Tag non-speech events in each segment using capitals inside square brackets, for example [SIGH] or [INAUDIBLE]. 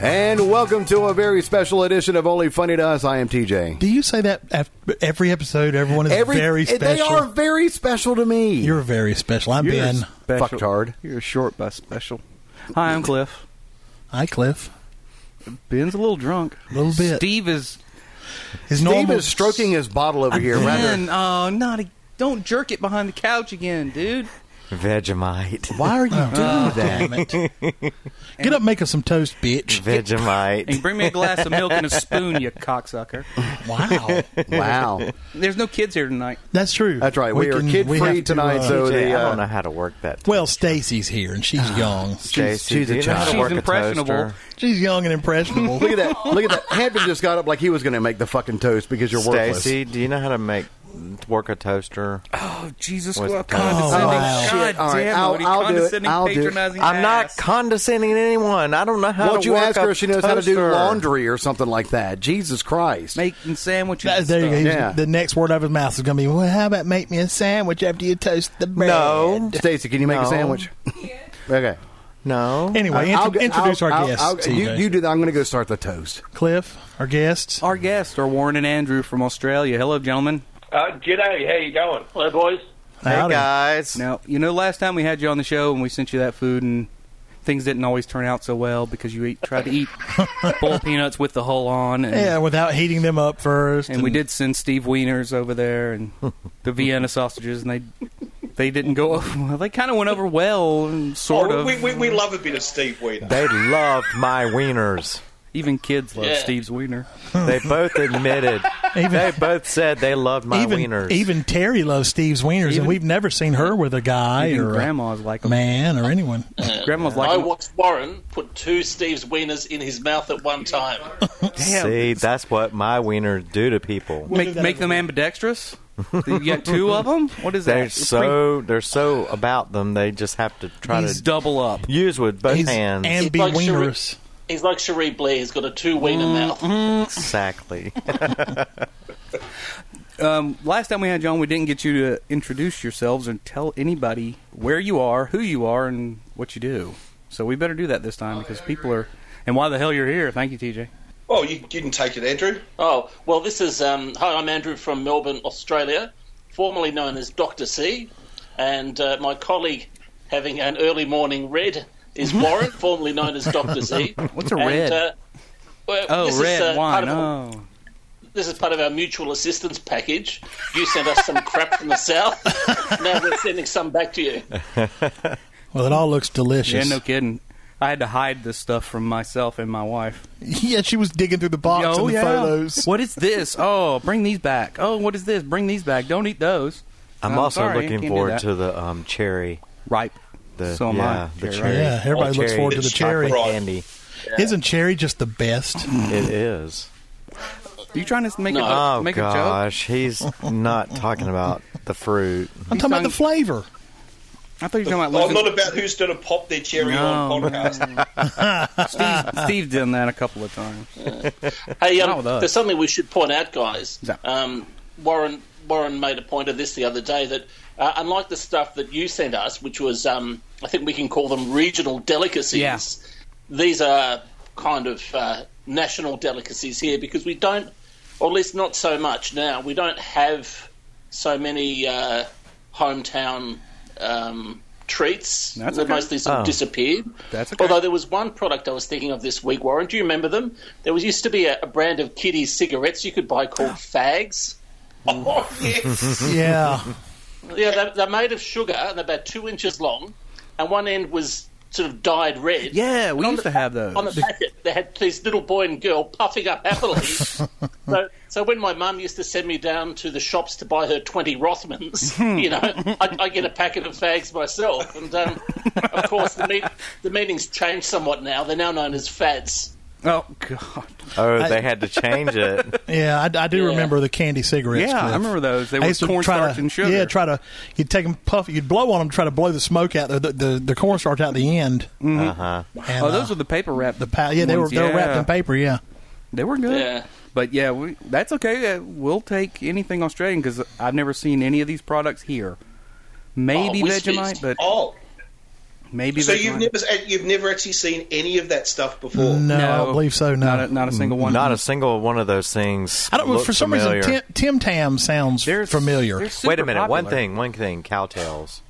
And welcome to a very special edition of Only Funny to Us. I am TJ. Do you say that af- every episode? Everyone is very special. They are very special to me. You're very special. I'm You're Ben. special. Fucktard. You're a short bus special. Hi, I'm Cliff. Hi, Cliff. Ben's a little drunk. A little bit. Steve is. His Steve normal is stroking his bottle over here. Rather, Ben, oh, not a, don't jerk it behind the couch again, dude. Vegemite. why [LAUGHS] are you doing Oh, that? damn it. Get up, make us some toast, bitch. And Vegemite. bring me a glass of milk and a spoon, you cocksucker. [LAUGHS] Wow, Wow, There's no kids here tonight. that's true. that's right. We, are can- kid we have free to, tonight, uh, so TJ, Ah. the I uh, don't know how to work that. well, Stacy's here and she's young. Stacy, she's do a you know how to child. work She's a impressionable. toaster? She's young and [LAUGHS] impressionable. look at that. Look at [LAUGHS] that. Hampton just got up like he was going to make the fucking toast because you're worthless. Stacy, do you know how to make work a toaster? Oh, Jesus, What's what the time? condescending. Oh, wow. God Shit, all right, damn it, I'll- what a I'll do it. condescending, I'll do it. patronizing I'm not ass. condescending to anyone. I don't know how Why to don't you work ask her a if she knows how to do toaster. laundry or something like that? Jesus Christ. making sandwiches. That- and there you go. stuff. He's- Yeah. The next word out of his mouth is going to be, "Well, how about make me a sandwich after you toast the bread?" No. Stacy, can you make a [LAUGHS] No. sandwich? [LAUGHS] okay. No. Anyway, I'll intro- go- introduce I'll- our I'll- guests. I'll- you, TJ. you do that. I'm going to go start the toast. Cliff, our guests. Our guests are Warren and Andrew from Australia. Hello, gentlemen. Uh, g'day, how you going? Hello, boys. Hey, guys. Now, you know, last time we had you on the show and we sent you that food and things didn't always turn out so well because you eat, tried to eat boiled peanuts with the hull on. And, Yeah, without heating them up first. and we did send Steve Wieners over there and the Vienna sausages, and they they didn't go. [LAUGHS] Well, they kind of went over well, and sort Oh, of. we, we, we love a bit of Steve Wheaton. They loved my wieners. Even kids love Yeah. Steve's wiener. They both admitted. Even- they both said they loved my even, wieners. Even Terry loves Steve's wieners, Even- and we've never seen her with a guy Even or grandma's like a 'em. man or [LAUGHS] anyone. Grandma's like I 'em. watched Warren put two Steve's wieners in his mouth at [LAUGHS] one time. Damn. See, that's what my wieners do to people. make make them ambidextrous. you got two of them. What is They're that? so they're so about them. They just have to try He's to double up. use with both He's hands. and be Like Cherie- wieners. He's like Cherie Blair, he's got a two wiener Mm-hmm. mouth. [LAUGHS] exactly. Um, last time we had you on, we didn't get you to introduce yourselves and tell anybody where you are, who you are, and what you do. So we better do that this time because people are. And why the hell you're here? Thank you, TJ. Oh, you didn't take it, Andrew. Oh, well, this is. Um, hi, I'm Andrew from Melbourne, Australia, formerly known as Dr. C. And uh, my colleague, having an early morning red, [LAUGHS] is Warren, formerly known as Dr. Z. What's a And, red? uh, well, oh, this red is, uh, part wine. of a- Oh. This is part of our mutual assistance package. You sent us some crap from the south. Now we're sending some back to you. Well, it all looks Yeah, delicious. no kidding. I had to hide this stuff from myself and my wife. [LAUGHS] Yeah, she was digging through the box and the photos. What is this? Oh, bring these back. Oh, what is this? Bring these back. Don't eat those. I'm, I'm also sorry, I can't looking do forward that. to the um, cherry. Ripe. The, so am yeah, I. The Jerry, cherry. right? Yeah, everybody Oh, looks forward to It's the cherry. chocolate candy. Isn't cherry just the best? [LAUGHS] It is. Are you trying to make a, Oh Uh, make a joke? gosh, he's not talking about the fruit. I'm talking about the flavor. [LAUGHS] I thought you were talking about Oh, losing. not about who's going to pop their cherry on No. podcast. Steve, Steve's done that a couple of times. Hey, Not um, with us. there's something we should point out, guys. Yeah. Um, Warren Warren made a point of this the other day that uh, unlike the stuff that you sent us, which was um, I think we can call them regional delicacies, Yeah. these are kind of uh, national delicacies here because we don't, or at least not so much now. We don't have so many uh, hometown um, treats. That's They okay. mostly sort of Oh. disappeared. That's okay. Although there was one product I was thinking of this week, Warren. Do you remember them? There was used to be a, a brand of kiddie cigarettes you could [GASPS] buy called Fags. oh, yes. Yeah. [LAUGHS] Yeah, they're, they're made of sugar and they're about two inches long, and one end was sort of dyed red. Yeah, we And on used to the- have those. On the packet, they had this little boy and girl puffing [LAUGHS] up happily. so, so when my mum used to send me down to the shops to buy her twenty Rothmans, Hmm. you know, I, I get a packet of fags myself. And um, of course, the, mean, the meanings changed somewhat now. They're now known as fads. Oh god. Oh, they had to [LAUGHS] change it. Yeah, I, I do Yeah. remember the candy cigarettes. Yeah, I Cliff. remember those. They I were used to cornstarch try to- and sugar. Yeah, try to you'd take them puff, you'd blow on them, try to blow the smoke out the the, the, the cornstarch out the end. Mm-hmm. Uh huh. And, Oh, those uh, were the paper wrap. the pa- yeah they were ones, they were wrapped yeah. in paper. Yeah, They were good. Yeah. But yeah, we, that's okay. Uh, We'll take anything Australian because I've never seen any of these products here. Maybe Oh, Whiskeys. Vegemite, but Oh, Maybe So they you've find never it. you've never actually seen any of that stuff before. No, I don't believe so. No, Not a, not a single one. Not a single one of those things. I don't. know look for some familiar. reason, Tim, Tim Tam sounds They're- familiar. they're super Wait a minute. One popular. thing. One thing. Cowtails.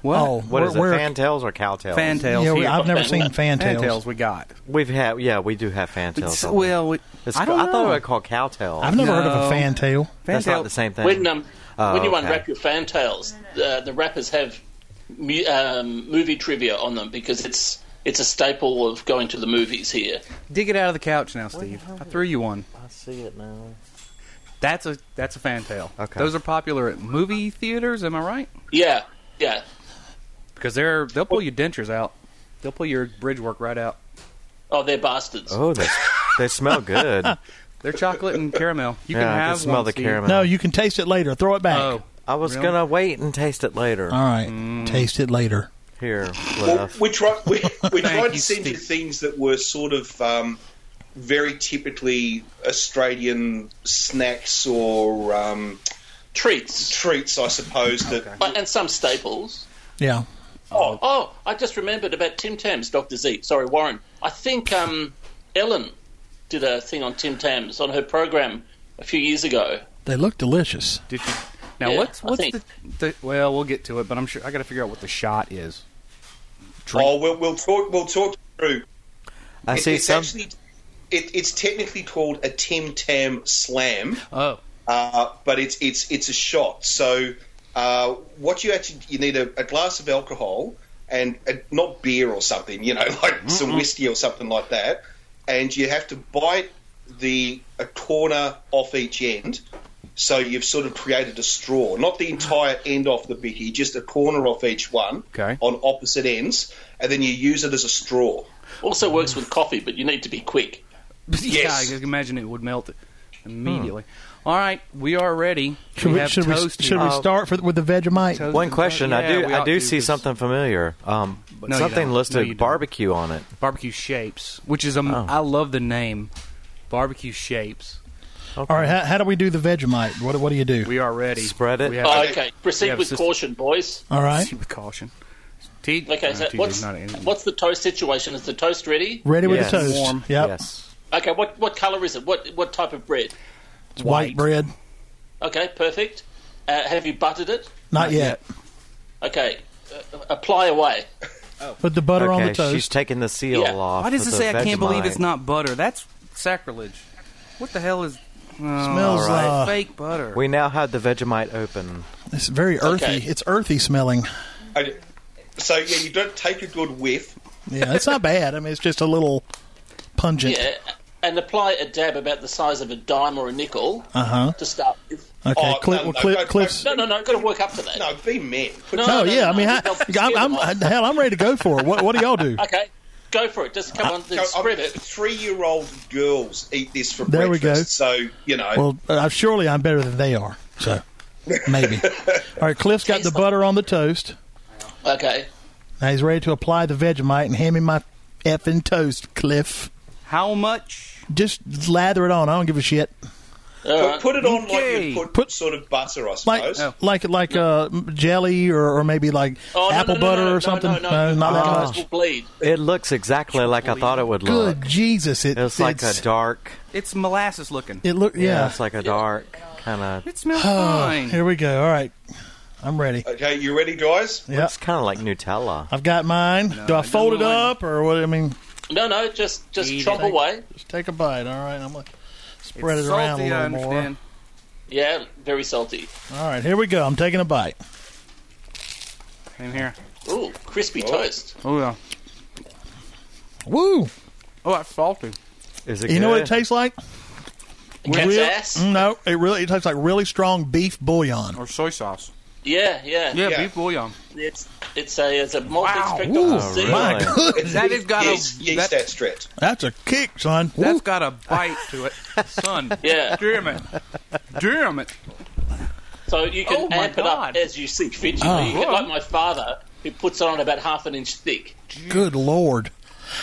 What? Oh, What we're, is we're- it? Fantails or cowtails? Fantails. Yeah, we- here. I've never seen fantails. Fantails we got. We've had. Yeah, we do have fantails. It's- over there. well, we- It's- I don't know. thought it was called cowtail. I've never heard of a No. fantail. That's Fantail- not the same thing. When um, Oh, when you okay. unwrap your fantails, uh, the rappers have mu- um, movie trivia on them because it's it's a staple of going to the movies here. Dig it out of the couch now, Steve. I threw you one. I see it now. That's a that's a fantail. Okay. Those are popular at movie theaters. Am I right? Yeah, yeah. Because they're they'll pull your dentures out. They'll pull your bridge work right out. Oh, they're bastards. Oh, they, they smell good. [LAUGHS] They're chocolate and caramel. You Yeah, can I have smell one, the Steve. caramel. No, you can taste it later. Throw it back. Oh, Mm. I was Really? Uh, gonna wait and taste it later. All right, taste it later. Here, Well, Cliff. we tried [LAUGHS] we, we tried you, to send you Steve. things that were sort of um, very typically Australian snacks or um, Treats treats, I suppose. That but, and some staples. Yeah. Oh, oh, I just remembered about Tim Tams, Doctor Z. Sorry, Warren. I think um, Ellen did a thing on Tim Tams on her program a few years ago. They look delicious. did you? Now Yeah, what's I what's think- the, the? Well, we'll get to it, but I'm sure I got to figure out what the shot is. [LAUGHS] Drink. oh, we'll, we'll talk we'll talk through. I It- see it's some. actually it, it's technically called a Tim Tam Slam. Oh, uh, but it's it's it's a shot. So uh, what you actually you need a, a glass of alcohol and uh not beer or something, you know, [LAUGHS] like some whiskey or something like that, and you have to bite the a corner off each end. So you've sort of created a straw, not the entire end off the bitty, just a corner off each one Okay. on opposite ends, and then you use it as a straw. Also works with coffee, but you need to be quick. yeah. I can imagine it would melt immediately. Hmm. All right, we are ready. Should we, have should, we, toast should and- we start for, with the Vegemite? Toast One and- question. I Yeah, do. we I ought do to, see 'cause something familiar. Um, but No, you don't. something No, listed you don't. barbecue on it. Barbecue shapes, which is um, Oh. I love the name, barbecue shapes. Okay. All right, how, how do we do the Vegemite? What, what do you do? We are ready. Spread it. We have- Oh, [LAUGHS] Okay. okay, Yeah, proceed with sister- caution, boys. All right, With caution. T- Okay, uh, so TJ's what's not in- what's the toast situation? Is the toast ready? ready with Yes. the toast. Warm. Yep, Yes. Okay, what what color is it? What what type of bread? it's white, white. bread. Okay, perfect. Uh, have you buttered it? Not, yet. Okay, uh, [LAUGHS] apply away. Put the butter on okay. the toast. She's taking the seal Yeah. off. Why does of it the say I can't believe it's Vegemite. not butter? That's sacrilege. What the hell is? Oh, Smells all right. uh, fake butter. We now have the Vegemite open. It's very earthy. okay. It's earthy smelling. And so yeah, you don't take a good whiff. Yeah, it's not bad. I mean, it's just a little pungent. Yeah, and apply a dab about the size of a dime or a nickel Uh huh. to start with. Okay, Oh, Cliff, no, well, no, Cliff, no, no. Cliff's. No, no, no. Got to work up to that. No, be men. Put No, No, yeah. I mean, no, I, no, no. I'm, I'm [LAUGHS] hell. I'm ready to go for it. What, what do y'all do? Okay, go for it. Just come on, then spread it. Three-year-old girls eat this for There we breakfast. go. So you know, Well, uh, surely I'm better than they are. So [LAUGHS] maybe. All right, Cliff's got the butter on the toast. Okay. Now he's ready to apply the Vegemite and hand me my effing toast, Cliff. How much? Just lather it on. I don't give a shit. All but right. put it on like Okay. you put, Put- oh. sort of butter, I Like suppose. like like uh, m- jelly or, or maybe like Oh, no, no, apple no, no, butter no, no, or something. No, no, not that Otherwise much. We'll bleed. It looks exactly like I thought it would look. Good Jesus! It, It's like a it's- dark. It's molasses looking. It look Yeah. yeah. Oh, It's like a dark kind of. It smells fine. Here we go. All right, I'm ready. Okay, you ready, guys? Yeah, It's kind of like Nutella. I've got mine. do I I fold it don't want- up or what? I mean, No, no. Just just Eat chop it. away. just take a bite. All right, I'm gonna It's spread it salty, around a I little more. understand. Yeah, very salty. All right, here we go. I'm taking a bite. Same here. Ooh, crispy toast. Oh yeah. Woo! Oh, that's salty. Is it? You good? know what it tastes like? Cat's Real- Mm, ass. No, it really it tastes like really strong beef bouillon. Or soy sauce. Yeah, yeah. Yeah, Yeah. beef bouillon. It's it's a it's a malt extract Ooh, off the sea. my Really? good, That has got Yeast, a yeast that, that stretch. that's a kick, son. has Woo. got a bite to it, son. Yeah. Damn it. Damn it. So you Oh, can my amp it God. up as you see fit. You know, you get like my father who puts it on about half an inch thick. Good lord!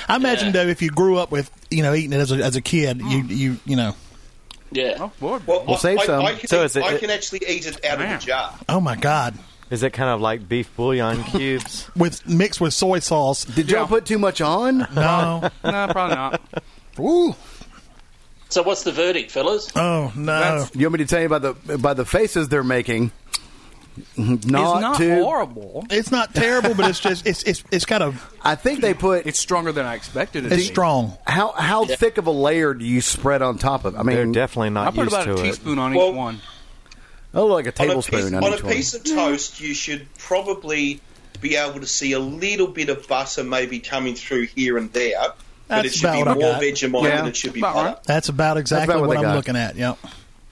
I imagine Yeah. though, if you grew up with you know eating it as a, as a kid, Mm. you you you know, Yeah. Oh, Lord. Well, We'll I, save I, some. I can, So eat- is it- I can actually eat it out Man. of a jar. oh my god, Is it kind of like beef [LAUGHS] bouillon cubes? with mixed with soy sauce. Did y'all Yeah. put too much on? No, no, probably not. ooh, So what's the verdict, fellas? oh no. That's- You want me to tell you by the by the faces they're making? Not, it's not too. horrible. it's not terrible, but it's just it's it's it's kind of I think they put It's stronger than I expected it to it's be. strong. how how thick of a layer do you spread on top of? I They're mean, definitely I not put used about to a it. teaspoon on Well- each one. oh, like a on a tablespoon piece, on on, a each one. piece of toast, you should probably be able to see a little bit of butter maybe coming through here and there. but it That's should be about what I more got. Vegemite Yeah, than it should be about butter. right. That's about exactly what what, they I'm got. looking at. Yep.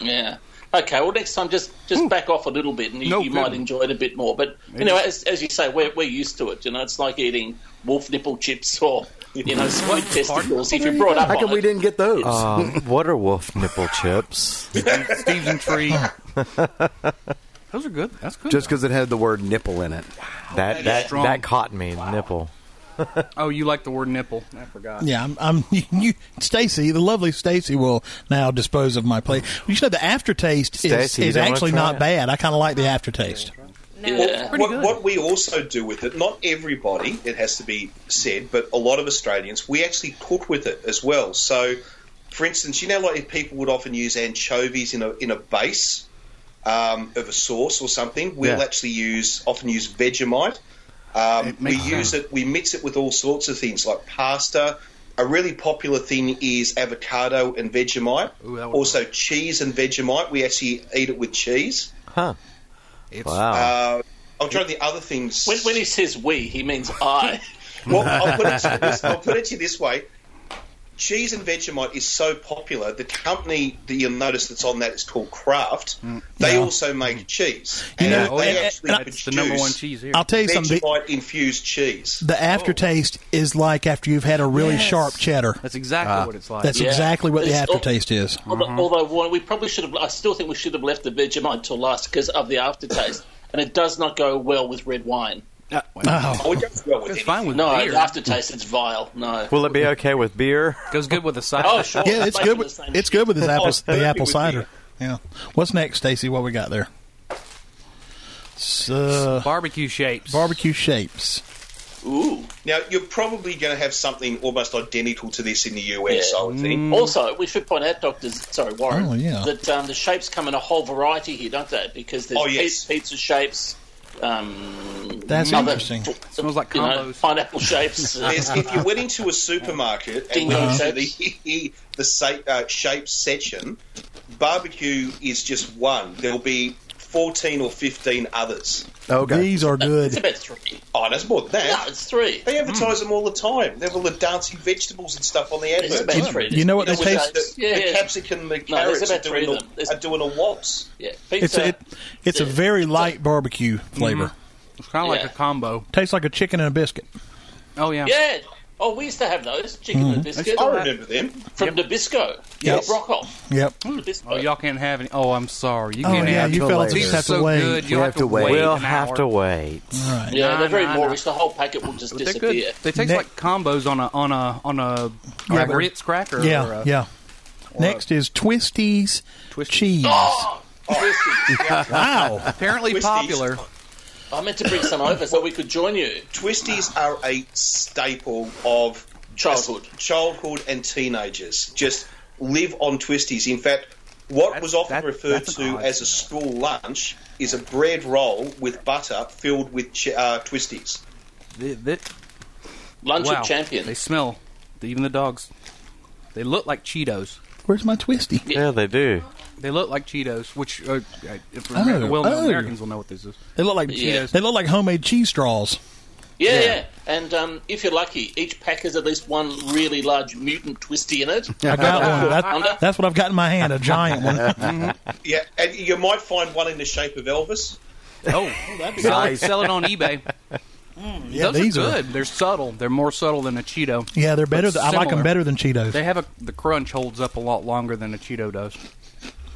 Yeah. Okay. Well, next time just just back off a little bit, and you, No you might kidding. enjoy it a bit more. But you know, as, as you say, we're we're used to it. You know, it's like eating wolf nipple chips or you know, sweet testicles. If you're brought up How on come we it, didn't get those? Uh, [LAUGHS] Um, water wolf nipple chips. Steve's and Tree. Those are good. That's good. Just because it had the word nipple in it. That that strong. that caught me nipple. oh, you like the word nipple? I forgot. Yeah, I'm. I'm [LAUGHS] you, Stacy, the lovely Stacy, will now dispose of my plate. You should know the aftertaste is, Stacy, you is don't wanna actually try not it? bad. I kind of like the aftertaste. Yeah. What, what we also do with it, not everybody, it has to be said, but a lot of Australians, we actually cook with it as well. So, for instance, you know, like if people would often use anchovies in a in a base um, of a sauce or something, we'll Yeah. actually use often use Vegemite. Um, we use it, we mix it with all sorts of things like pasta. A really popular thing is avocado and Vegemite. Ooh, that would also, cheese and Vegemite. We actually eat it with cheese. Huh. It's, Wow. Uh, I'm trying to think other things. when, when he says we, he means I. [LAUGHS] Well, I'll put, it to you this, I'll put it to you this way. Cheese and Vegemite is so popular. The company that you'll notice that's on that is called Kraft. Mm. They also make cheese. You And know, they and- actually and- Oh, Uh, it's the number one produce cheese here. I'll tell you something. the- Vegemite infused cheese. The aftertaste is like after you've had a really Yes. sharp cheddar. That's exactly uh, what it's like. That's Yeah. exactly what the It's- aftertaste is. Although, although Warren, we probably should have. I still think we should have left the Vegemite till last because of the [LAUGHS] aftertaste, and it does not go well with red wine. Uh, well, Oh, Oh, it goes well it's with anything. fine with No, beer. the aftertaste it's vile. No. Will it be okay with beer? Goes good with a side. Oh, sure. [LAUGHS] yeah, it's Both good. of With, the same it's good with this apple, it the apple would be. cider. Yeah. What's next, Stacy? What we got there? It's, uh, Barbecue shapes. barbecue shapes. shit. Ooh. Now you're probably going to have something almost identical to this in the US. Yeah. I would think. Also, we should point out, doctors. Sorry, Warren. Mm. Oh, yeah. That um, the shapes come in a whole variety here, don't they? Because there's Oh, yes. pe- pizza shapes. Um, That's other- interesting. Smells like you know, combos. [LAUGHS] pineapple shapes. uh, There's- if you went into a supermarket and Ding went dong into the, [LAUGHS] the sa- uh, shape section, barbecue is just one. There'll be 14 or 15 others. Okay. These are it's good. about three. Oh, that's more than No, that. it's three. They advertise them all the time. They have all the dancing vegetables and stuff on the It's adverts. about three. You know what You know, they with taste- The, Yeah, the yeah. capsicum and the No, there's carrots are, about three doing of them. There's- a, are doing a waltz. [LAUGHS] Yeah, It's pizza. a, it, it's a very light barbecue flavor. It's kind of Yeah. like a combo. Tastes like a chicken and a biscuit. Oh yeah. yeah. Oh, we used to have those chicken Nabisco I remember them. from Nabisco. Yes. Yeah, Rockoff. Yep. Nabisco. Oh, y'all can't have any. Oh, I'm sorry. You Oh can't yeah, have. you till fellas later. just These have are to so wait. good. You'll We have, to wait. We'll an have hour. to wait. All right. Yeah, No, they're very no, no. Moorish. The whole packet will just But they're disappear. good. They taste Ne- like combos on a on a on a, Yeah, on a but- Ritz cracker. or Yeah. a, Yeah. Next is Twisties, Twisties. cheese. Oh, Twisties. Wow. Apparently Oh. Twisties. popular. I meant to bring some over so we could join you. Twisties are a staple of Childhood. childhood and teenagers. Just live on Twisties. In fact, what That's- was often that- referred that's to odd. as a school lunch is a bread roll with butter filled with ch- uh, Twisties. They, they, Lunch wow. of They champions. smell. Even the dogs. They look like Cheetos. Where's my Twisty? Yeah, they do. They look like Cheetos, which uh, uh, if Oh, well-known oh. Americans will know what this is. They look like Yeah. they look like homemade cheese straws. Yeah, yeah. And um, if you're lucky, each pack has at least one really large mutant twisty in it. I got one. I'm That, not- that's what I've got in my hand, a giant one. Yeah, and you might find one in the shape of Elvis. Oh, sell, it, sell it on [LAUGHS] eBay. Yeah, Those these are are, good. They're subtle. They're more subtle than a Cheeto. Yeah, they're better. But Than, I like them similar. better than Cheetos. They have a the crunch holds up a lot longer than a Cheeto does.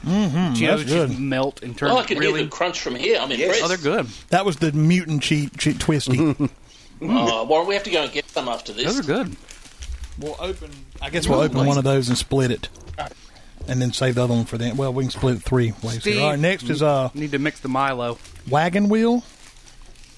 Mm-hmm, that's Cheetos good. just melt and turn Oh, I can hear really. the crunch from here. I'm impressed. Oh, they're good. that was the mutant cheese che- twisty. Oh, Warren, we have to go and get some after this. Those are good. we'll open. I guess we'll open one of those and split it, and then save the other one for the. Well, we can split it three ways. Here. All right, next is uh Need to mix the Milo. wagon wheel.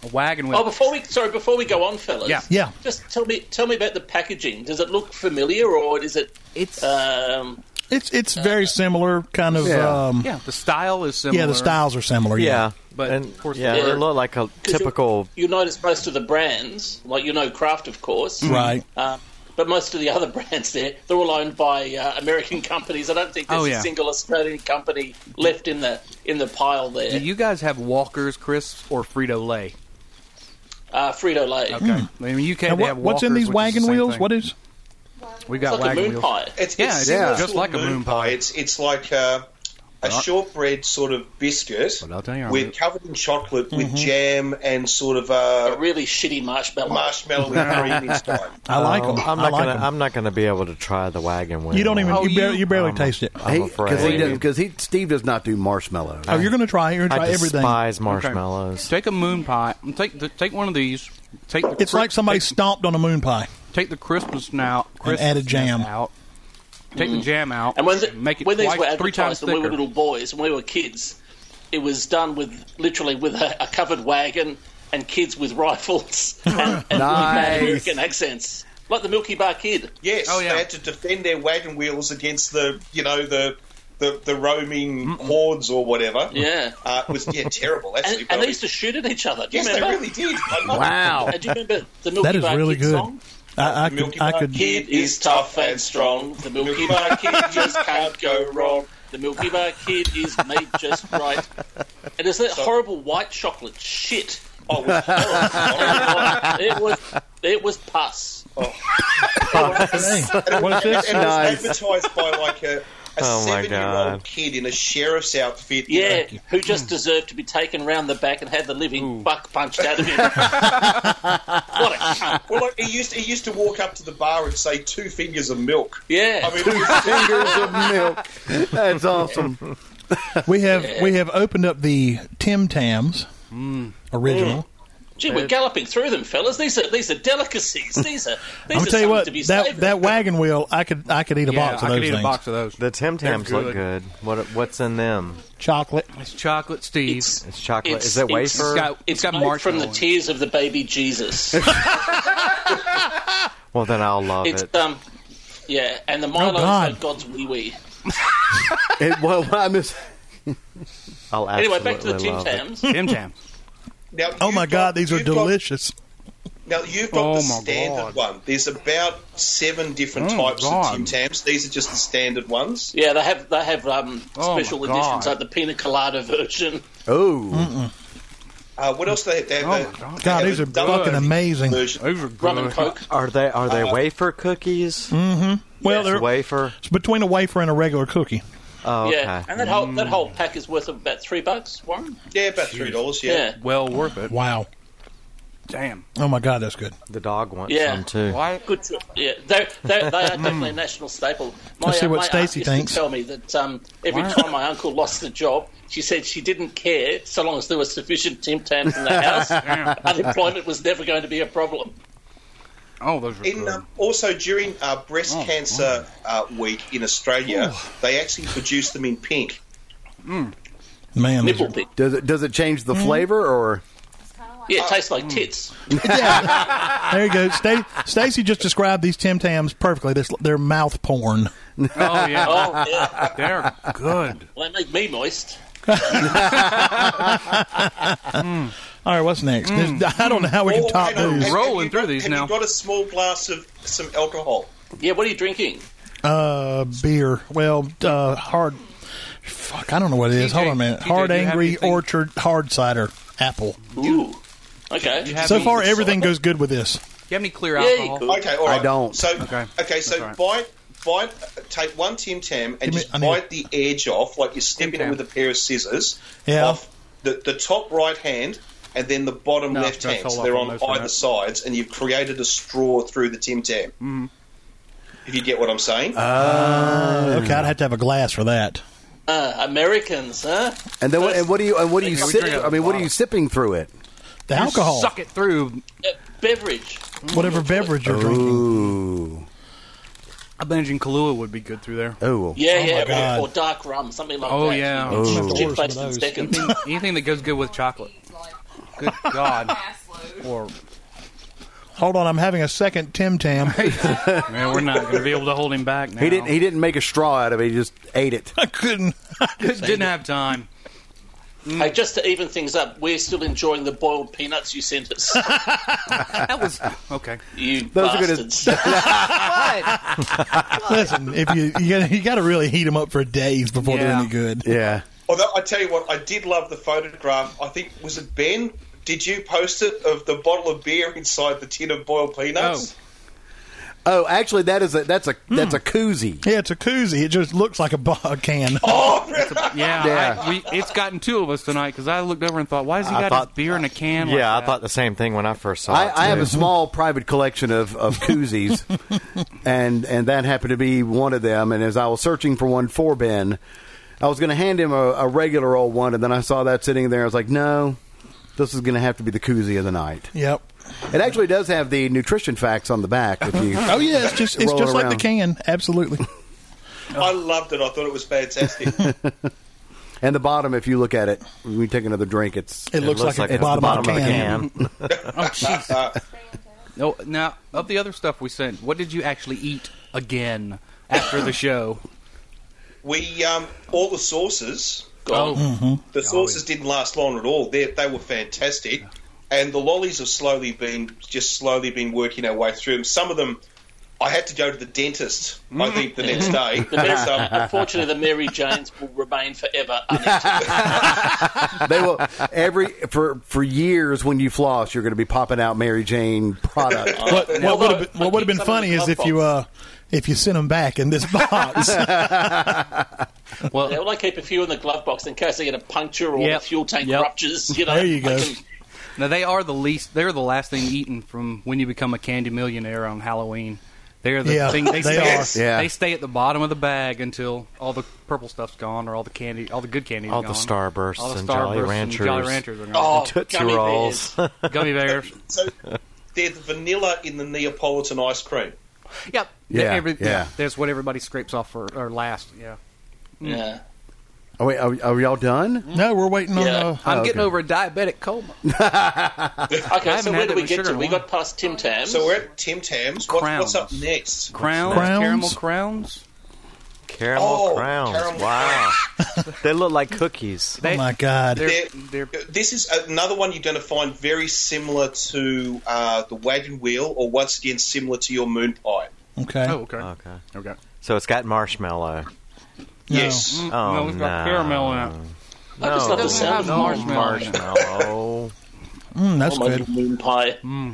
A wagon wheel. Oh, before we sorry, before we go on, fellas. Yeah. Yeah. Just tell me tell me about the packaging. Does it look familiar or is it? It's- um, It's it's very similar kind of. Yeah. Um, Uh, yeah, the style is similar. yeah, the styles are similar. Yeah, But, and, of course, yeah, they're- it looked like a 'cause you- typical. You notice most of the brands, like you know, Kraft, of course, Mm. Right. Um, but most of the other [LAUGHS] brands there, they're all owned by uh, American [LAUGHS] companies. I don't think there's Oh, yeah. a single Australian company left in the in the pile Do there. you guys have Walker's crisps or Frito Lay? uh, Frito Lay. Okay, I mean, in UK And they Mm. what, have what's in these Walkers, which is wagon the same wheels? thing. What is? we've It's got like a wagon moon wheels. pie. It's, Yeah, it's it's similar just to like a moon pie. It's it's like uh, a shortbread sort of biscuit But I'll tell you, I'm- Mm-hmm. with covered in chocolate with jam and sort of uh, A really shitty marshmallow. marshmallow and [LAUGHS] cream inside. I like Oh, them. I'm I not like gonna. 'em. I'm not gonna be able to try the wagon wheel. You don't even. Oh, you, barely, you- you barely I'm- taste it. I'm Because he afraid. doesn't. Because he Steve does not do marshmallow. Oh, you're going to try. You're going to I try everything. despise Okay. marshmallows. Take a moon pie. and Take the, take one of these. Take the It's cri- like somebody take, stomped on a moon pie. take the Christmas now. Christmas added jam. out. Take the jam out. Mm. And when, the, make it when twice, these were three times advertised when thicker. we were little boys, when we were kids, it was done with literally with a, a covered wagon and kids with [LAUGHS] [LAUGHS] rifles and, and Nice. bad American accents, like the Milky Bar Kid. Yes, Oh, yeah. they had to defend their wagon wheels against the you know the the, the roaming hordes or whatever. Yeah. uh, it was yeah terrible actually. And, but and they it- used to shoot at each other. Do you yes, they remember? really did. I love Wow. And do you remember the Milky That is Bar really Kid good. song? I, I it. could. Milky I Bar could. Kid is tough and strong. The Milky Bar Kid [LAUGHS] just can't go wrong. The Milky Bar Kid is made just right. And it's that horrible white chocolate shit. Oh, it was [LAUGHS] horrible. it was it was pus. What's this? and it was advertised by like a. A Oh, my seven-year-old God. kid in a sheriff's outfit. Yeah, who just deserved to be taken round the back and had the living buck punched out of him. [LAUGHS] what a cunt. Well, like, he used to, he used to walk up to the bar and say two fingers of milk. Yeah. I mean, it was Fingers of milk. That's awesome. We have we have opened up the Tim Tams original. Gee, we're galloping through them, fellas. These are these are delicacies. These are these I'm are gonna tell you something what to be that savoured. that wagon wheel I could I could eat a yeah, box I of those could eat things. a box of those. The Tim Tams They're look good. What What's in them? Chocolate. It's chocolate, Steve. It's- It's chocolate. It's- Is it it's- wafer? got- it's It's got made from marshmallow the in it. tears of the [LAUGHS] baby Jesus. well, then I'll love it's it. um, yeah, and the Milo God. is God's wee wee. It, well, I miss. I'll Anyway, absolutely back to the Tim love it. Tams. Tim Tam. Now, Oh you've my got- God, these are you've got- delicious. Now you've got Oh the my standard God. one. There's about seven different Oh my types God. of Tim Tams. These are just the standard ones. Yeah, they have they have um, Oh, my special God. editions like the pina colada version. Oh, Uh, what else do they have? They have Oh a- my God. Oh, they have God, a these are double fucking amazing. version. Those are Rum good. [LAUGHS] and Coke. Are they Are Uh, they wafer cookies? Well, It's they're wafer. it's between a wafer and a regular cookie. Oh, Yeah, okay. and that whole that whole pack is worth about three bucks, Warren. Yeah, about three dollars. Yeah. Yeah, Well worth it. Wow. Damn. Oh my God, that's good. The dog wants Yeah. some too. Why? good. To, yeah, they're, they're, they are definitely a national staple. Mm. My, uh, Let's see what my Stacey aunt used to thinks. Tell me that um, every Wow. time my uncle lost the job, she said she didn't care so long as there were sufficient Tim Tams in the [LAUGHS] house. unemployment was never going to be a problem. Oh, those are In, good. um, also during uh, Breast Cancer uh, Week in Australia, they actually produced them in pink. Man, these Nipple are, pick. does it does it change the flavor or? Yeah, it tastes Mm. [LAUGHS] like tits. there you go. Sta- Stacy just described these Tim Tams perfectly. This, they're mouth porn. Oh [LAUGHS] yeah, Oh, yeah. they're good. Well, they make me moist. All right, what's next? There's- I don't know how we can Oh, top hang on. these. Have- have Rolling you through got- these have now. You got a small glass of some alcohol. Yeah, what are you drinking? Uh, beer. Well, uh, hard. Fuck, I don't know what it is. TJ, Hold on a minute. TJ, hard do you have Angry anything? Orchard Hard Cider Apple. Ooh. Okay. You have So any, far, you everything goes good with this. have any clear Yeah, you alcohol? could. Okay, all right. don't. So Okay. okay, so That's bite, bite, take one Tim Tam Give and me- just I need- bite the edge off, like you're snipping Tam. it with a pair of scissors. Yeah. Off the, the top right hand and then the bottom No, left that's hand. all So off they're on on most of either that. sides, and you've created a straw through the Tim Tam. Mm-hmm. If you get what I'm saying. Mm. Okay, I'd have to have a glass for that. Uh, Americans, huh? And then what, and what do you and what do you We sip? drink it. I mean, what are you sipping through it? The alcohol, Suck it through. Uh, beverage. whatever beverage you're drinking. Ooh, I imagine Kahlua would be good through there. oh, Yeah, my yeah, God. or, or dark rum, something like Oh, that. yeah. You Ooh. can chip paste in seconds. Anything that goes good with chocolate. Good God. Ass load. Or, Hold on, I'm having a second Tim [LAUGHS] Tam. man, we're not going to be able to hold him back now. He didn't. He didn't make a straw out of it. He just ate it. I couldn't. didn't have time. Hey, just to even things up, we're still enjoying the boiled peanuts you [LAUGHS] sent us. That was okay. You Those are good as- bastards. [LAUGHS] [LAUGHS] What? Listen, if you you gotta, you gotta really heat them up for days before they're Yeah. any good. Yeah. Although I tell you what, I did love the photograph. I think was it Ben? Did you post it of the bottle of beer inside the tin of boiled peanuts? Oh, actually, that is a that's a that's a koozie. Yeah, it's a koozie. It just looks like a, bo- a can. Oh, really? Yeah, Yeah. I- we, it's gotten two of us tonight because I looked over and thought, why has he I got thought- his beer in a can? like Yeah, I that? thought the same thing when I first saw it. I, I have too. a small private collection of, [LAUGHS] of koozies, and and that happened to be one of them. And as I was searching for one for Ben, I was going to hand him a, a regular old one, and then I saw that sitting there. I was like, no, this is going to have to be the koozie of the night. Yep. It actually does have the nutrition facts on the back. If [LAUGHS] you, Oh yeah, it's just it's Roll it just like the around. can. Absolutely. I loved it. I thought it [LAUGHS] was fantastic. and the bottom, if you look at it, when you take another drink, it's It, looks, like, a it's the bottom, bottom of a can. of a can. No, now of the other stuff we sent, what did you actually eat again after the show? we um, all the sauces. Oh, The sauces didn't last long at all. They, they were fantastic, and the lollies have slowly been just slowly been working our way through them. Some of them, I had to go to the dentist. I think the next day. The Mary, Some- unfortunately, the Mary Janes will remain forever [LAUGHS] uninterrupted. they will every for for years when you floss, you're going to be popping out Mary Jane product. What, what would have been, what would have been Uh, Some of the funny is club if you uh if you sent them back in this [LAUGHS] box. Yeah, Oh, well, well, I keep a few in the glove box in case they get a puncture or Yep. the fuel tank Yep. ruptures. You know, There you I go. can- now they are the least. They're the last thing eaten from when you become a candy millionaire on Halloween. They're the Yeah, thing. They, they stay, are. Yeah. they stay at the bottom of the bag until all the purple stuff's gone, or all the candy, all the good candy, is All the gone. Starbursts all the and Jolly Starbursts and Jolly Ranchers. Ranchers are gone. oh, Tootsie gummy [LAUGHS] Rolls. bears. Oh. Gummy bears. so they're the vanilla in the Neapolitan ice cream. Yep. Yeah, Every- yeah. There's what everybody scrapes off for or last. Yeah. yeah. Oh, wait, [LAUGHS] are, are y'all done? no, we're waiting on. Yeah. Oh, Uh, I'm okay. getting over a diabetic coma. Okay, haven't so had where it did we with get sugar to? We one. got past Tim Tams. So we're at Tim Tams. What, what's up Crowns. next? Crowns, Crowns? caramel crowns. Caramel Oh, crowns. caramel wow. [LAUGHS] they look like cookies. They, oh my God! They're, They're- they're, This is another one you're going to find very similar to uh, the wagon wheel, or once again similar to your moon pie. Okay. oh, okay. Okay. Okay. So it's got marshmallow. No. Yes, Oh, no, Mm. it's got no. caramel in it. I just love the Doesn't sound of have marshmallow. marshmallow. Mm, that's Oh, my good. moon pie. Hmm.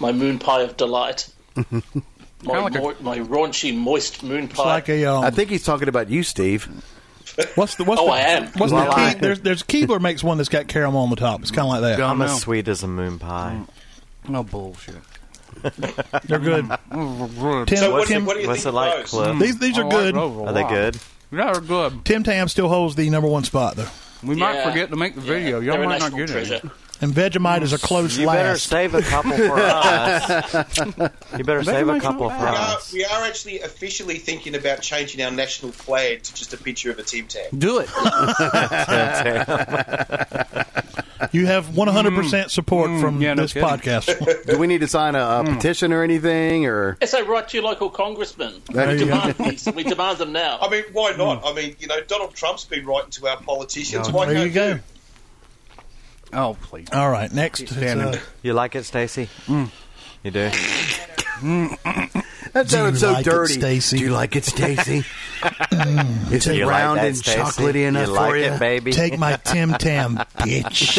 My moon pie [LAUGHS] of delight. my, like a- mo- my raunchy, moist moon It's pie. like a um, I think he's talking about you, Steve. what's the what's Oh, the, I am. what's Well, the I- Keeb- there's there's Keebler makes one that's got caramel on the top. It's kind of like that. Gum. I'm No. as sweet as a moon pie. No bullshit. They're [LAUGHS] good. Tim, So what do you- Tim, what do you- What's it think of like, those? Cliff? these these are Hmm. Oh, good. I like those a Mm. Are they lot. good? Yeah, they're good. Tim Tam still holds the number one spot though, We might Yeah. forget to make the Yeah, video. they're Y'all a might not national get treasure. it. and Vegemite Hmm. is a close You better last. save a couple for us. You better save a couple for We are, us. we are actually officially thinking about changing our national flag to just a picture of a Tim Tam. Do it. You have 100 percent support from Hmm. yeah, no this kidding. [LAUGHS] podcast. Do we need to sign a, a petition or anything? Or Yes, I write to your local congressman. There we you demand these. We demand them now. I mean, Hmm. why not? I mean, you know, Donald Trump's been writing to our politicians. Why there can't you go. [LAUGHS] Oh, please. [LAUGHS] All right, next. is, standing. uh, You like it, Stacy? You do. that sounded you so like it, dirty. Stacy? Do you like it, Stacy? it's You like round that, and Stacy? chocolatey enough you like for it, you. baby. Take my Tim Tam, [LAUGHS] bitch.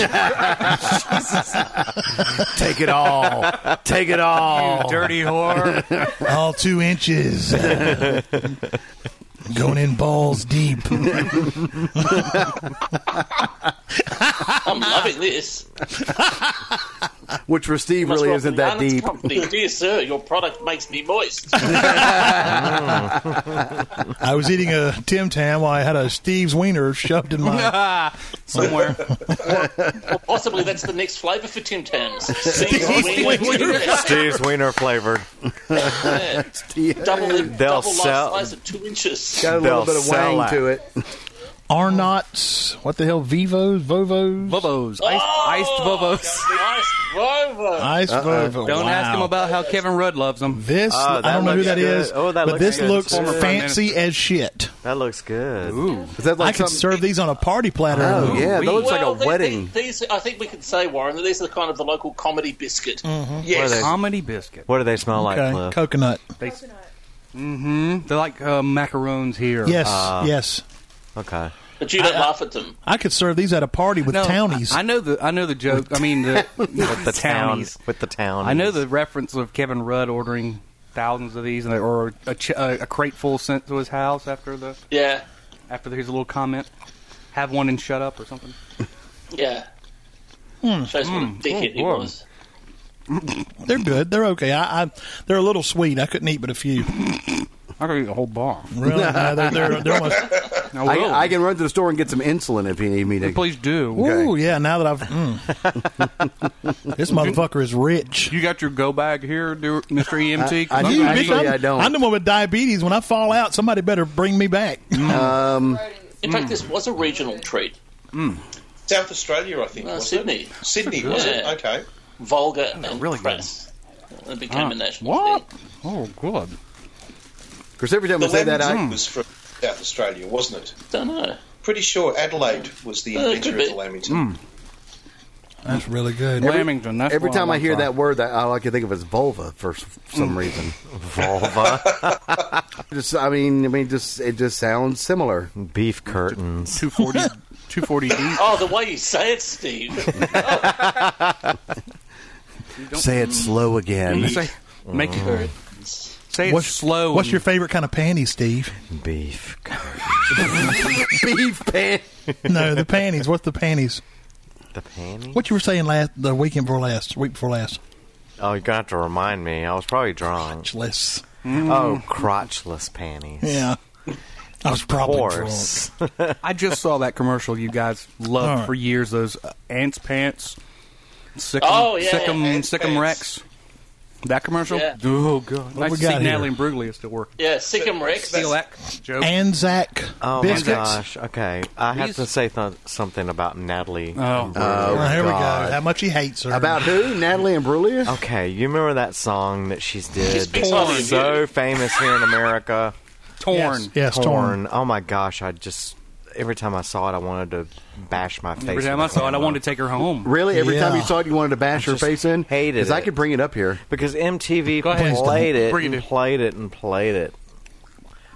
Take it all. Take it all. Dirty whore. All two inches. Going in balls deep. I'm loving this. [LAUGHS] Which for Steve really Well, isn't that Lance deep. Company, Dear sir, your product makes me moist. I was eating a Tim Tam while I had a Steve's wiener shoved in my. Ah, Somewhere. or possibly that's the next flavour for [LAUGHS] Tim Tams. Steve's wiener. Steve's wiener flavored. Yeah. Yeah. Double, They'll double large sell- slice of two inches. Got a little They'll bit of sell wang out. to it. Arnott's, what the hell, Vivos, Vovos, Vovos, iced, Oh! iced [LAUGHS] Vovos. Iced Vovo. Ice Vovo. Don't ask him Wow. about how Kevin Rudd loves them. This Ah, I that don't know who looks that good. is, Oh, that but looks this good. looks Former prime fancy as shit. That looks good. Is that I like could some- serve these on a party platter. Oh yeah, that Well, looks Well, like the- a wedding. the- these, I think we can say, Warren, that these are kind of the local comedy biscuit. Mm. Yes. Comedy biscuit. What do they smell Okay, like, uh, Cliff? coconut. Mm-hmm. They're like uh, macarons here. Yes, Ah. yes. okay. But you Uh, don't laugh at them. I could serve these at a party with No, townies. I, I know the I know the joke. I mean the, With the town. With the town. I know the reference of Kevin Rudd ordering thousands of these, and or a, ch- a, a crate full sent to his house after the Yeah, after his little comment. Have one and shut up or something. yeah. Mm, Shows what a dickhead Oh, he Whoa. was. they're good. They're okay. I, I they're a little sweet. I couldn't eat but a few. I could eat a whole bar. Really, no, they're, they're, they're almost. I I, will. I can run to the store and get some insulin if you need me to. Please do. Ooh, yeah. Now that I've [LAUGHS] mm. this motherfucker is rich. You got your go bag here, do- E Mr. EMT? I- I Sometimes do, bitch. you- Actually, I don't. I'm the one with diabetes. When I fall out, somebody better bring me back. In fact, Mm. this was a regional treat. South Australia, I think. Uh, was Sydney. It? Sydney, was it? Yeah. Okay. Vulgar and really good. Ah. crass. It became a national What? thing. Oh, good. Because every time The I say lemon that, tea eh? I was from South Australia, wasn't it? Don't know. Pretty sure Adelaide was the Uh, it inventor could of be. the Hmm. Lamington. That's really good. Lamington. That's every what time I want hear to [LAUGHS] try. that word, I, I like to think of as vulva for s- some reason. Volva [LAUGHS] Just, I mean, I mean, just it just sounds similar. beef curtains. 240, 240 deep. Oh, the way you say it, Steve. Say it slow again. Say, make Uh, it, say it What's- slow. What's and- your favorite kind of panty, Steve? Beef. cur- Beef pan. No, the panties. What's the panties? The panty. What you were saying last the weekend before last, week before last? Oh, you're gonna have to remind me. I was probably drunk. Less. Oh, crotchless panties. Yeah. I was Of probably course. I just saw that commercial you guys loved Huh. for years. Those uh, ants pants, sick 'em, Oh, yeah, sick 'em- Ants sick 'em Pants. Rex. That commercial. Yeah. Oh god, nice we to see got here? Natalie and Bruglia is still working. yeah, Sikkim Rex. Steal that joke. drunk. Anzac Oh biscuits. my gosh. Okay, I have These- to say th- something about Natalie. Oh. Oh, Oh, here we God. go. How much he hates her. About who? Natalie and Brulia? Okay, you remember that song that she's did? big on that's so famous here in America. torn. Yes, yes torn. Torn. Oh my gosh! I just every time I saw it, I wanted to bash my face. Every time I with a saw it, I camera. wanted to take her home. Really? Every time you Yeah. saw it, you wanted to bash her just face in? hated Because I it. could bring it up here. because MTV ahead. played it, Bring it and in. played it, and played it.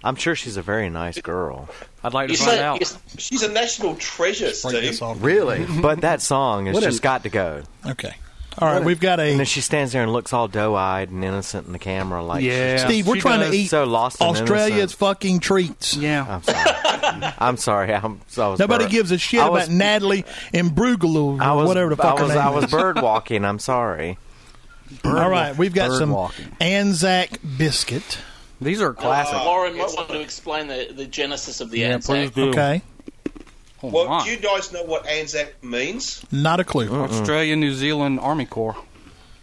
I'm sure she's a very nice girl, I'd like to You find say- out. you- She's a national treasure, Break this Steve. off. Really? [LAUGHS] but that song has What just an- got to go. Okay. All right, we've got And a then she stands there and looks all doe-eyed and innocent in the camera, like Yeah, Steve. We're she trying does. to she's eat so lost. and Australia's innocent. fucking treats. Yeah, I'm sorry. I'm sorry. I'm, I was Nobody bur- gives a shit I was- about Natalie and Brugel I or was, whatever the fuck I was, her name I was is. bird walking. I'm [LAUGHS] sorry. All right, we've got bird some walking. Anzac biscuit. these are classic. Warren Uh, might want to explain the, the genesis of the yeah, Anzac. please do. Okay, Uh, Oh, Well, my. do you guys know what Anzac means? not a clue. Mm. Australia, New Zealand Army Corps.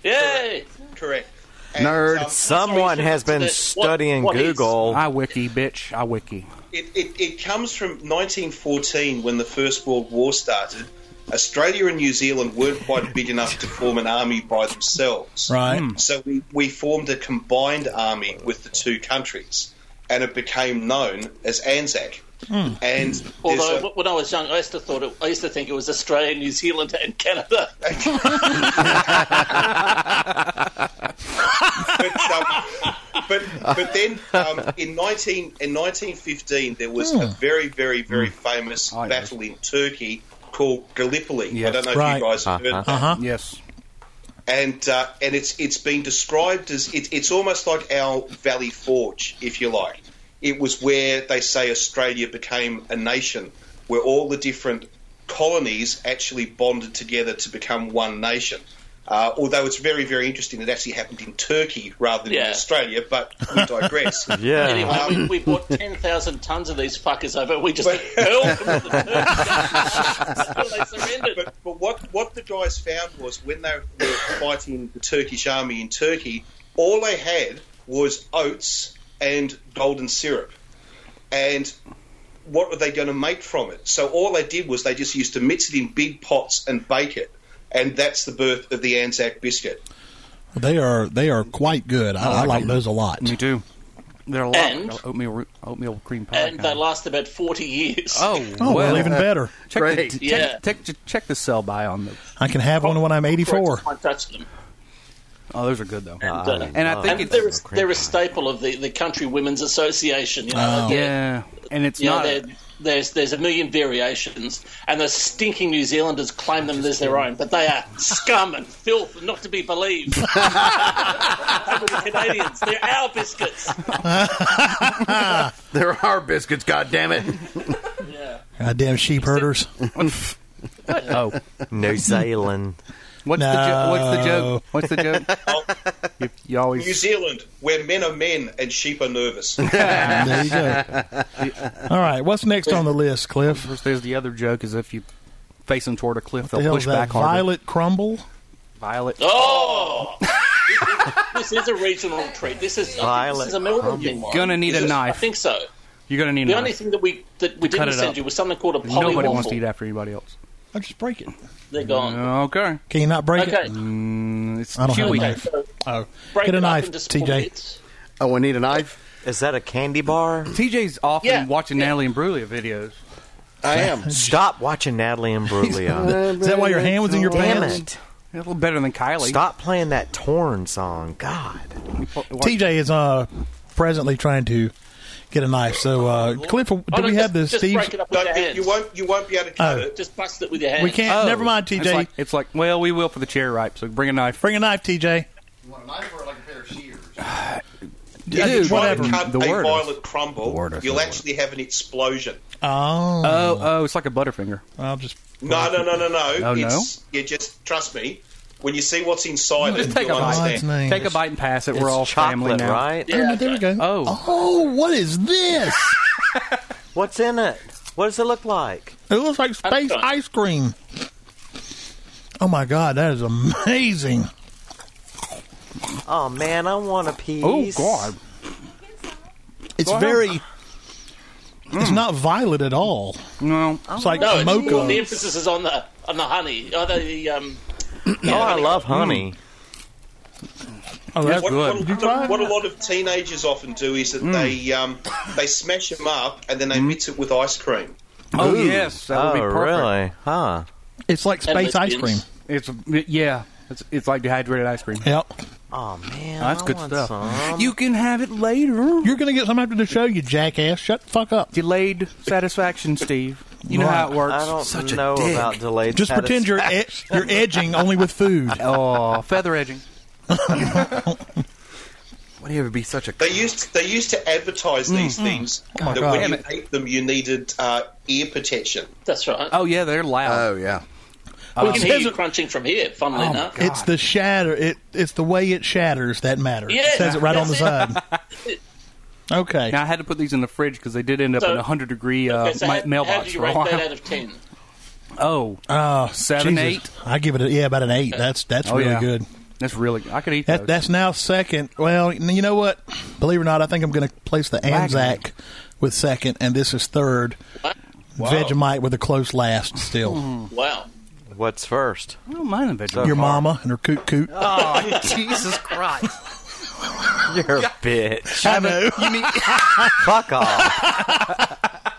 Yay! Correct. Nerd. um, Someone Sorry, has been what- studying what is- Google. I wiki, bitch. I wiki. It, it, it comes from 1914 when the First World War started. Australia and New Zealand weren't quite big enough to form an army by themselves. Right. Mm. So we, we formed a combined army with the two countries, and it became known as ANZAC. And there's Although a- w- when I was young, I used to thought it, I used to think it was Australia, New Zealand, and Canada. but, um, but but then um, in nineteen in nineteen fifteen there was Hmm. a very very very famous I know. battle in Turkey called Gallipoli. I don't know Right. if you guys have heard of that. Uh-huh. Yes. And uh, and it's it's been described as it, it's almost like our Valley Forge, if you like. It was where they say Australia became a nation, where all the different colonies actually bonded together to become one nation. Uh, although it's very, very interesting, it actually happened in Turkey rather than in Yeah. Australia, but we digress. Um, Yeah. Anyway, Um, we, we bought ten thousand tons of these fuckers over. We [LAUGHS] just hurled them to the Turks until they surrendered. but, but what what the guys found was when they were fighting the Turkish army in Turkey, all they had was oats and golden syrup, and what were they going to make from it? So all they did was they just used to mix it in big pots and bake it, and that's the birth of the Anzac biscuit. They are they are quite good. I, I, Mm. like those a lot. Me too. They're a lot And- like oatmeal ru- oatmeal cream pie. and kinda. they last about forty years. oh, Oh well, well, uh, even better. check, Great. The, check, Yeah. check, check, the sell by on those. I can have one when I'm 84. Can't touch them. Oh, those are good though. And, I uh, and I love think and it's- they're, a- they're cream a pie. staple of the, the country women's association. You know, Oh. They're- yeah, and it's you know, not. they're- there's there's a million variations, and those stinking New Zealanders claim them as their own, but they are scum and filth, not to [LAUGHS] be believed. Over the Canadians, they're our biscuits. There are biscuits, God damn it! Yeah. Goddamn sheep [LAUGHS] herders. oh, New Zealand. what's the jo- what's the No. joke? What's the [LAUGHS] joke? Oh. you, you always New Zealand, where men are men and sheep are nervous. there you go. All right, what's next on the list, Cliff? Of course, there's the other joke is if you face them toward a cliff, The they'll hell push is that? back harder. Violet Crumble. Violet. Oh. this is a regional treat. This is, I think this Violet is a Melbourne crumble. thing. Warren. Gonna need Is a it? I knife. think so. You're going to need The a only knife. thing that we that we cut didn't it send up. you was something called a polywaffle. Nobody wants to eat after anybody else. I'll just break it. They're gone. Okay. Can you not break Okay. it? Mm, it's I don't have a chewy. Okay, knife. so Oh, break get it a up knife, into small TJ. bits. Oh, we need a knife. Is that a candy bar? TJ's often Yeah, watching Natalie and Brulia videos. I am. Stop watching Natalie and [LAUGHS] Brulia. Is that why your hand was in your Damn pants? it. A little better than Kylie. Stop playing that torn song. God. TJ is uh presently trying to get a knife. So, uh, Cliff, did Oh, no, we just, have the Just Steve? break it up with No, your hands. you won't. You won't be able to cut Oh. it. Just bust it with your hands. We can't. Oh. never mind, TJ. It's like, it's like, well, we will for the chair ripe, so bring a knife. Bring a knife, TJ. You want a knife or like a pair of shears? If you Dude, try whatever. to cut The a word is- violet crumble, you'll actually have an explosion. Oh, Mm. Oh, oh, it's like a Butterfinger. I'll just. No, no, no, no, no. Oh, no? it's, You just trust me. When you see what's inside it, Just take a you'll bite. God's understand. name. Take a bite and pass it. We're It's all family chocolate, now. right? Oh, no, there we go. Oh, Oh, what is [LAUGHS] this? What's in it? What does it look like? It looks like space fun. ice cream. Oh my god, that is amazing! Oh man, I want a oh piece. God. It's Wow. very. It's Mm. not violet at all. No. Oh. It's like No, it's, well, the mocha. emphasis is on the on the honey. Oh, the, the, um, Oh, I love honey. Oh, that's What, good. what- You try Mm. it? what a lot of teenagers often do is that they um, they smash them up and then Mm. they mix it with ice cream. Oh yes, that Oh would be perfect. really? Huh? It's like and space ice cream. lesbians. It's yeah. It's it's like dehydrated ice cream. Yep. Oh man, That's I good want stuff. some. You can have it later. You're gonna get some after the show, you jackass. Shut the fuck up. Delayed satisfaction, Steve. You know how it works. I don't Such a know dick. about delayed. Just pretend you're ed- you're edging only with food. Oh, feather edging. Why do you ever be such a? They used they used to advertise Mm, these things that Oh God. when Damn you ate them you needed uh, ear protection. That's right. Uh, Oh yeah, they're loud. Oh yeah. we it can hear you doesn't- crunching from here. Oh, Funnily enough, It's the shatter. It it's the way it shatters that matters. Yeah, it says it right on the that's side. Okay. now I had to put these in the fridge because they did end up So- in a hundred degree uh, Okay, so mi- how, mailbox how do for you a rate while. [LAUGHS] that out of ten? oh, Oh, Seven, Jesus. eight? I give it a, yeah about an eight. That's that's Oh, really yeah. good. that's really. I could eat That, that. that's now second. Well, n- you know what? Believe it or not, I think I'm going to place the Anzac with second, and this is third. Wow. Hmm. Vegemite with a close last still. Wow. What's first? I don't mind a vegetable. Your mama and her coot coot. Oh [LAUGHS] Jesus Christ! [LAUGHS] You're a bitch. I know. Fuck [LAUGHS] off.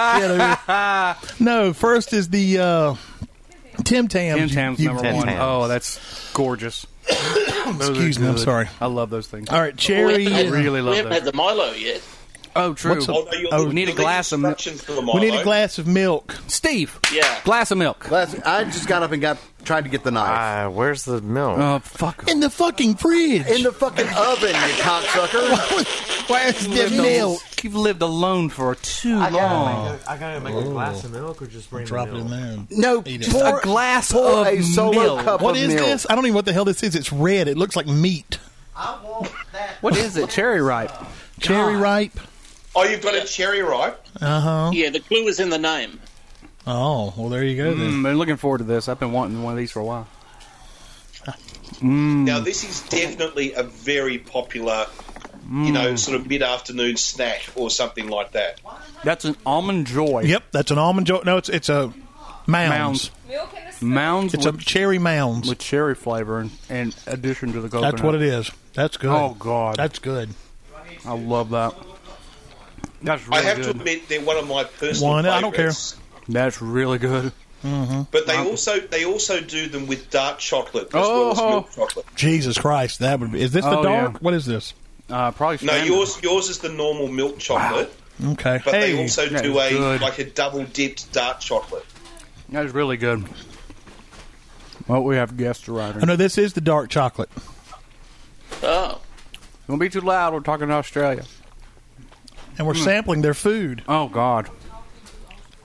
[LAUGHS] no, first is the uh, Tim Tam. Tim Tams number Tim one. Tams. Oh, that's gorgeous. [COUGHS] Those are Excuse me, I'm good. sorry. I love those things. All right, cherry. We I haven't- and- really we love haven't had those. the Milo yet. Oh, true. What's a- Although you'll- Oh, we you'll need a glass of- instructions for the we need a Milo. glass of milk. Steve. Yeah. Glass of milk. Last, I just got up and got tried to get the knife Uh, where's the milk? Oh, fuck. In the fucking fridge. in the fucking oven, you cocksucker. Where's the You've lived al- milk? You've lived alone for too long. I gotta make a glass of milk or just bring Drop it in there. No, Eat it. pour A glass pour of a solo milk. cup What of is milk. this? I don't even know what the hell this is. It's red. It looks like meat. I want that. What is it? Cherry ripe. Cherry ripe. Uh-huh. Oh, you've got a cherry ripe. Yeah, the clue is in the name. Oh, well, there you go then. Mm, been looking forward to this. I've been wanting one of these for a while. Mm. Now, this is definitely a very popular Mm. you know, sort of mid afternoon snack or something like that. That's an almond joy. Yep, that's an almond joy. No, it's it's a mounds. Mounds. Milk in a spoon. Mounds It's a with, cherry mounds. with cherry flavor in, in addition to the coconut. that's what it is. That's good. Oh, God. that's good. I love that. That's I really have good. to admit they're one of my personal One, I don't care. favorites. That's really good. But they also they also do them with dark chocolate as well as Oh. milk chocolate. Jesus Christ, that would be. Is this the Oh, dark? yeah. What is this? Uh, probably No, standard. yours yours is the normal milk chocolate, Okay, but Hey, they also that do is a good. like a double dipped dark chocolate. That's really good. Well, we have guests I arriving. know Oh, this is the dark chocolate. Oh, Don't be too loud. We're talking to Australia. and Hmm. we're sampling their food. Oh God!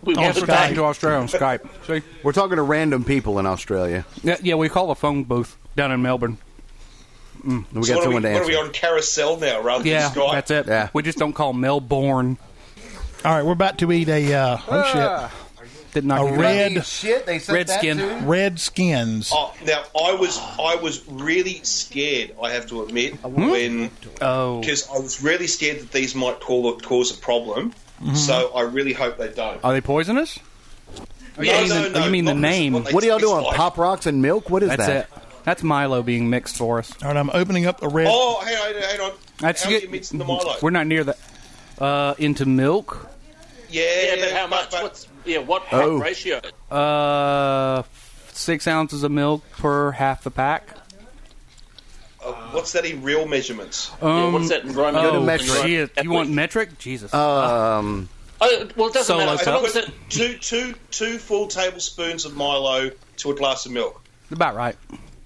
we Oh, went we're back. talking to Australia on Skype. See? We're talking to random people in Australia. Yeah, yeah, we call a phone booth down in Melbourne. We So got what, are we, someone to what are answer. we on carousel now rather than Yeah, Skype? that's it. Yeah. We just don't call Melbourne. All right, we're about to eat a uh, Ah. oh Didn't I A get red- that? Eat shit, they Red that skin. too? shit, red skins. Oh, now I was I was really scared. I have to admit Hmm? when Oh, because I was really scared that these might call, cause a problem. Mm-hmm. So I really hope they don't. are they poisonous? Oh, No, you no, mean, the- no, you mean the not this name? one. They What are y'all taste doing? like- Pop rocks and milk? What is That's that? it. That's Milo being mixed for us. All right, I'm opening up a red. Oh, hang on, hang on. That's how good. you mixing the Milo? We're not near that. Uh, into milk. yeah, Yeah, but how much? but- What's yeah? What Oh. ratio? Uh, six ounces of milk per half the pack. uh, what's that in real measurements? Um, yeah, what's that in Roman? to Oh, metric. shit. You want metric? Jesus. Um, Oh, well, it doesn't Solo matter. As I long as put it, two, two, two full tablespoons of Milo to a glass of milk. About right.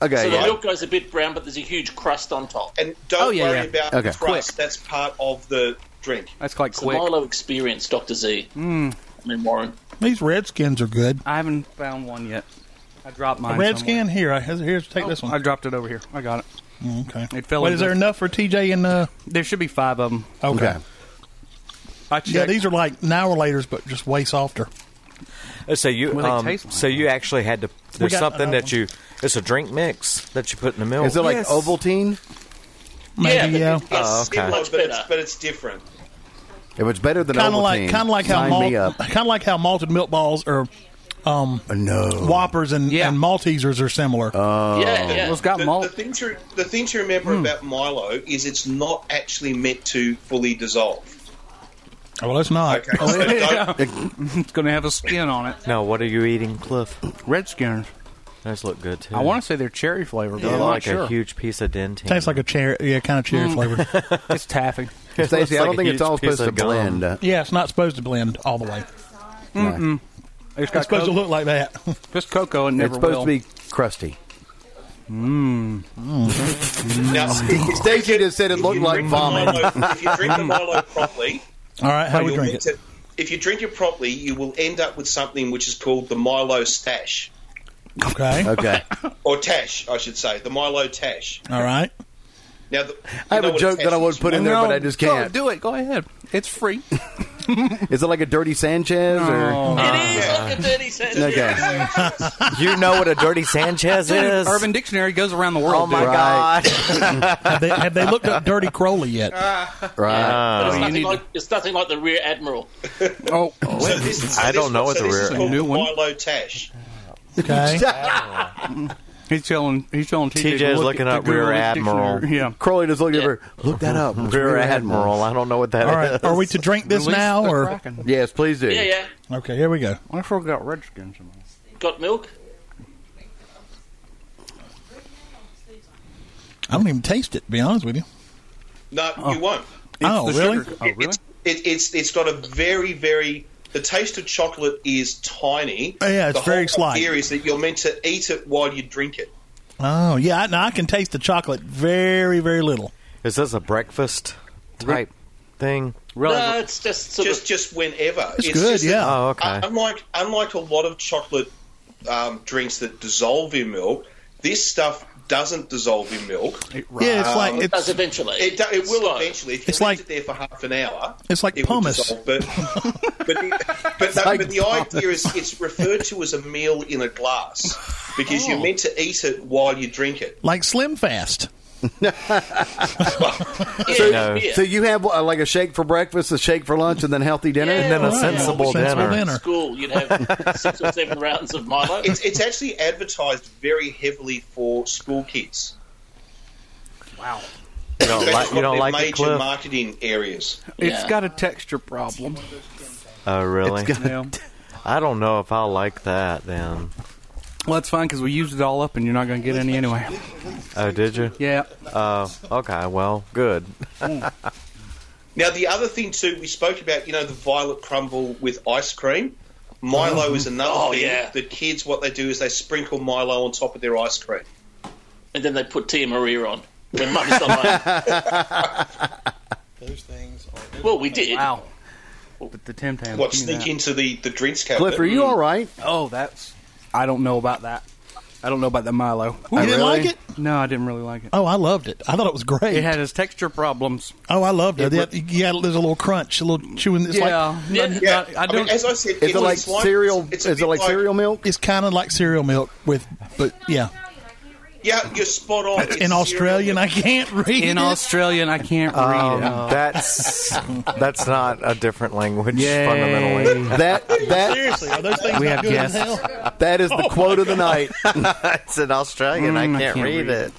okay, so the yeah. milk goes a bit brown, but there's a huge crust on top. And don't Oh, yeah, worry yeah. about Okay. the crust. That's part of the drink. That's quite It's quick. the Milo experience, Doctor Z. Hmm. I mean Warren. These red skins are good. I haven't found one yet. I dropped mine. Red somewhere. skin here. I, here's take this Oh, I one. Mm, dropped it over here. I got it. Okay. It fell Wait, in is the- there enough for TJ and uh? There should be five of them. Okay. Okay. I checked. Yeah, these are like an hour later's, but just way softer. Uh, So you, Well, they um, taste like so you actually had to. There's got something another that you. It's a drink mix that you put in the milk. Is it like Yes. Ovaltine? Maybe uh, Yeah, yeah. It's oh, okay. similar, Much but it's, better. but it's different. If it's better than Kind of Ovaltine, like kind of like how sign me malt, [LAUGHS] up. kind of like how malted milk balls or No, whoppers and, Yeah. and Maltesers are similar. yeah, yeah. Well, it's got the, malt. The thing, to, the thing to remember about Milo is it's not actually meant to fully dissolve. well, it's not. Oh, Okay. So [LAUGHS] don't- it's going to have a skin on it. No, what are you eating, Cliff? Red skins. Those look good too. I want to say they're cherry flavored, but They're I'm like not sure. a huge piece of dentine. Tastes like a cherry, yeah, kind of cherry flavor. it's taffy. Stacey, I like don't a think it's huge all piece supposed to of gum. blend. Uh, yeah, it's not supposed to blend all the way. It's got It's supposed to cocoa. look like that. [LAUGHS] just cocoa and never it's supposed will. to be crusty. now, Stacey just said it looked like drink the vomit. Milo- if you drink the Milo properly, All right, how you'll we drink get it? to- if you drink it properly, you will end up with something which is called the Milo stash. Okay, [LAUGHS] Okay, Or tash, I should say. The Milo tash. all right. Now, the, I you have know a what joke tash that I is, would put [LAUGHS] in there, No, but I just go, can't. do it. Go ahead. It's free. Is it like a dirty Sanchez or? it is like a dirty sandwich. Okay, You know what a dirty Sanchez is? Urban Dictionary goes around the world. Oh my dude. Right. [LAUGHS] God! Have they, have they looked up Dirty Crowley yet? Uh, Oh. right. Uh, But it's, you nothing need like, it's nothing like the Rear Admiral. Oh, So this is- so I don't this- know what so the this rear- is called New the one. Milo tash. [LAUGHS] Okay. he's telling he's telling TJ. TJ is look looking at up the Rear Google Admiral. Dictionary. Yeah. Crowley just looked at her. Look that up. It's Rear Admiral. I don't know what that is. All right. Are we to drink this Release now the or? Kraken. Yes, please do. Yeah, [LAUGHS] yeah. Okay, here we go. I wonder if we got Redskins. in there. Got milk? I don't even taste it. To be honest with you. No, you won't. oh, It's the really? sugar. Oh, really? It's, it, it's it's got a very very the taste of chocolate is tiny. Oh, Yeah, it's the very whole slight. idea is that you're meant to eat it while you drink it. Oh, yeah. I, now I can taste the chocolate very, very little. Is this a breakfast type thing? Really? no, it's just sort Just of. just whenever. It's good, just that- yeah. Oh, okay. un- Uh, unlike unlike a lot of chocolate um, drinks that dissolve in milk, this stuff doesn't dissolve in milk. It, Yeah, it's like Does it's eventually. do, it will Slow. eventually. If you It's leave like- it there for half an hour, it's like it will pumice. [LAUGHS] dissolve, But but the, but, no, like but the idea is it's referred to as a Oh. meal in a glass because you're meant to eat it while you drink it. like Slim Fast. Yeah, No. yeah. So you have uh, like a shake for breakfast, a shake for lunch, and then healthy dinner. Yeah. and then Right. a sensible Sensible dinner. dinner. school, you'd have six or seven rounds of Milo. It's, it's actually advertised very heavily for school kids. You don't That's like, you one of don't their like it, major Cliff? marketing areas. It's Yeah. got a texture problem. Oh, really? Yeah. I don't know if I like that then. Well, that's fine because we used it all up, and you're not going to get any anyway. Oh, did you? [LAUGHS] Yeah. Oh, okay. Well, good. Now, the other thing too, we spoke about, you know, the violet crumble with ice cream. Mm-hmm. Milo is another Oh, thing. yeah. The kids, what they do is they sprinkle Milo on top of their ice cream. And then they put Tia Maria on. When mum's not home. Those things are. Well, we did. Wow. But the Tim Tam. What give me sneak that. into the the drinks cabinet? Cliff, are you all right? Oh, that's. I don't know about that. I don't know about the Milo. You didn't really? like it? No, I didn't really like it. Oh, I loved it. I thought it was great. It had its texture problems. oh, I loved it. Yeah, yeah, there's a little crunch, a little chewing. It's like yeah. Yeah. I- Yeah, I, I don't. mean, as I said, Is it like it's like- cereal? It's, a is it bit like cereal milk? it's kind of like cereal milk with, but yeah, Yeah, you're spot on. It's in cereal Australian, I milk. can't read. in it. Australian, I can't Um, read it. that's that's not a different language Yay. [LAUGHS] fundamentally. [LAUGHS] That that Seriously, are those things We not have good as guests. hell? that Oh is the quote of the night. it's an Australian. I, Mm, can't read, it.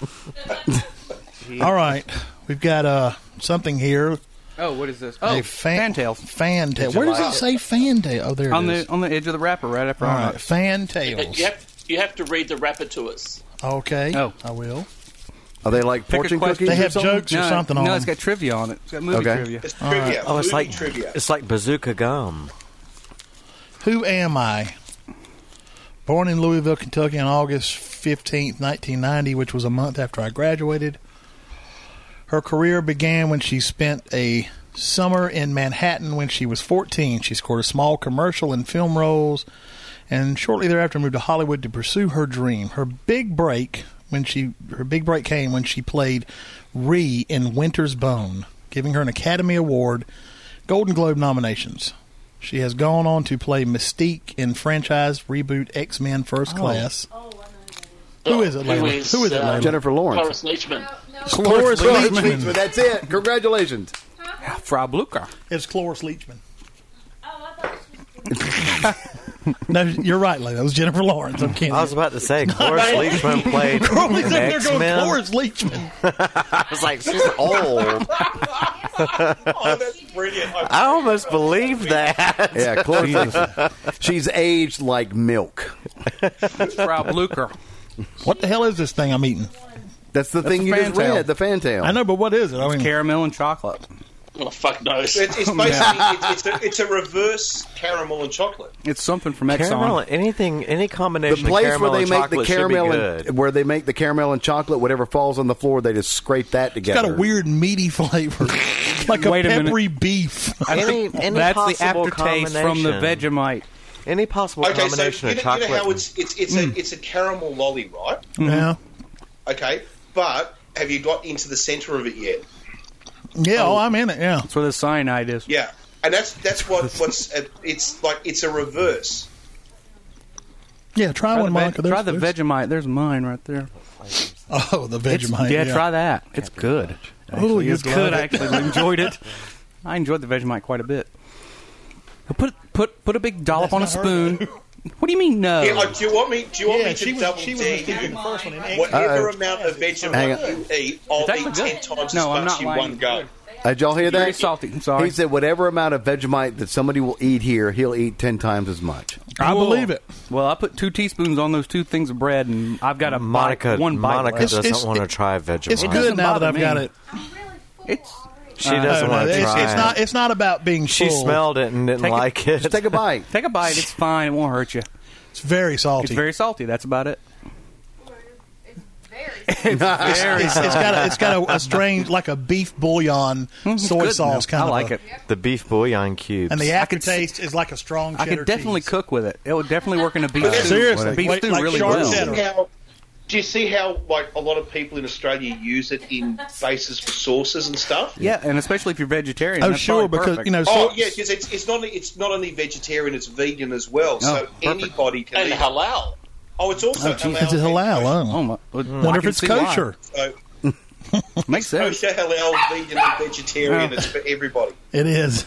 All right, we've got uh something here. Oh, what is this? Oh, a fan, fantails Fantail. Where does it say fantail? Oh, there it on is. the on the edge of the wrapper, right after. All right, it. fantails. You have, you have to read the wrapper to us. Okay. Oh. I will. Are they like a fortune question. cookies? They or have something? jokes or no, something no, on. it's got trivia on it. It's got movie Okay. trivia. It's trivia. Oh, it's movie like trivia. it's like bazooka gum. Who am I? Born in Louisville, Kentucky on August 15th, 1990, which was a month after I graduated. Her career began when she spent a summer in Manhattan when she was 14. She scored a small commercial and film roles and shortly thereafter moved to Hollywood to pursue her dream. Her big break when she her big break came when she played Ree in Winter's Bone, giving her an Academy Award, Golden Globe nominations. She has gone on to play Mystique in franchise reboot X Men First Class. Who is it, Layla? Who is it, Layla? Jennifer Lawrence. Cloris Leachman. Cloris uh, Cloris Leachman. Leachman, That's [LAUGHS] it. Congratulations. Frau Blucher. It's Cloris Leachman. Oh, No, you're right, Layla. It was Jennifer Lawrence. I'm kidding. I was about to say Cloris Leachman played Crowley's up there X going, Men. Cloris Leachman. I was like, she's old. Oh, that's [LAUGHS] brilliant. I- I almost believe that. Yeah, Cloris. Leachman. She's aged like milk. [LAUGHS] Frau Blucher. What the hell is this thing I'm eating? That's the thing you just fantail. read. The fantail. I know, but what is it? I mean, Caramel and chocolate. Oh, fuck knows. It's, [LAUGHS] it's basically it's, it's, a, it's a reverse caramel and chocolate. It's something from Exxon. Caramel, anything, any The combination of place caramel where they and make the chocolate should be caramel good. and where they make the caramel and chocolate, whatever falls on the floor, they just scrape that it's together. got a weird meaty [LAUGHS] flavor, like a Wait a minute. peppery beef. I Any- think any that's the possible aftertaste from the combination. Vegemite. Any possible Okay, so combination you of know, you chocolate. know how it's it's it's a it's a caramel lolly, right? Mm-hmm. Yeah, Okay, but have you got into the center of it yet? yeah. Oh, I'm in it. Yeah. That's where the cyanide is. Yeah, and that's that's what what's uh, it's like. It's a reverse. Yeah. Try, Try, one, the, Monica. Ve- There's- try the there's- Vegemite. There's mine right there. Oh, the It's- Vegemite. yeah, try that. It's good. Oh, Actually, you'd it's good. love I it. actually [LAUGHS] enjoyed it. I enjoyed the Vegemite quite a bit. Put put put a big dollop on a That's not her. spoon. [LAUGHS] What do you mean no? Yeah, like, do you want me? Do you want Yeah, me to she was double she was D mistaken you? the first one. in Whatever Uh-oh. amount of Hang vegemite on. you eat, I'll It's eat actually ten good. times No, I'm as much not in lying. one go. Uh, Did y'all hear You're very that? salty. I'm sorry. He said, "Whatever amount of Vegemite that somebody will eat here, he'll eat ten times [LAUGHS] as much." I Cool. believe it. Well, I put two teaspoons on those two things of bread, and I've got a Monica, bite, one bite Monica left. doesn't it's- want to it- try Vegemite. It's good now that I've bother got me. it. It's She Uh, doesn't No, no, want to it's, try it's it. not. It's not about being she full. smelled it and didn't Take it- like it. Just take a bite. take a bite. It's fine. It won't hurt you. It's very salty. It's very salty. That's about it. It's- it's- it's got a, it's got a, a strange like a beef bouillon Hmm, Mm, It's soy good, sauce though. kind of. I like a- it. the beef bouillon cubes. And the I could aftertaste is like a strong. I cheddar could definitely cheese. cook with it. It would definitely work in a beef stew. Seriously, beef wait, stew like really sharp well. cheddar. Now, do you see how like a lot of people in Australia use it [LAUGHS] in bases for sauces and stuff? Yeah, and especially if you're vegetarian. Oh, that's sure, probably because perfect. you know. Oh so- yeah, because it's, it's not it's not only vegetarian, it's vegan as well. so perfect. anybody can. and eat it. halal. Oh, it's also Is it halal? I don't know. Oh my, well, I Mm. Wonder if can it's see why. kosher. So Makes Oh, sense. yeah, halal, vegan, and vegetarian. It's for everybody. [LAUGHS] It [LAUGHS] is,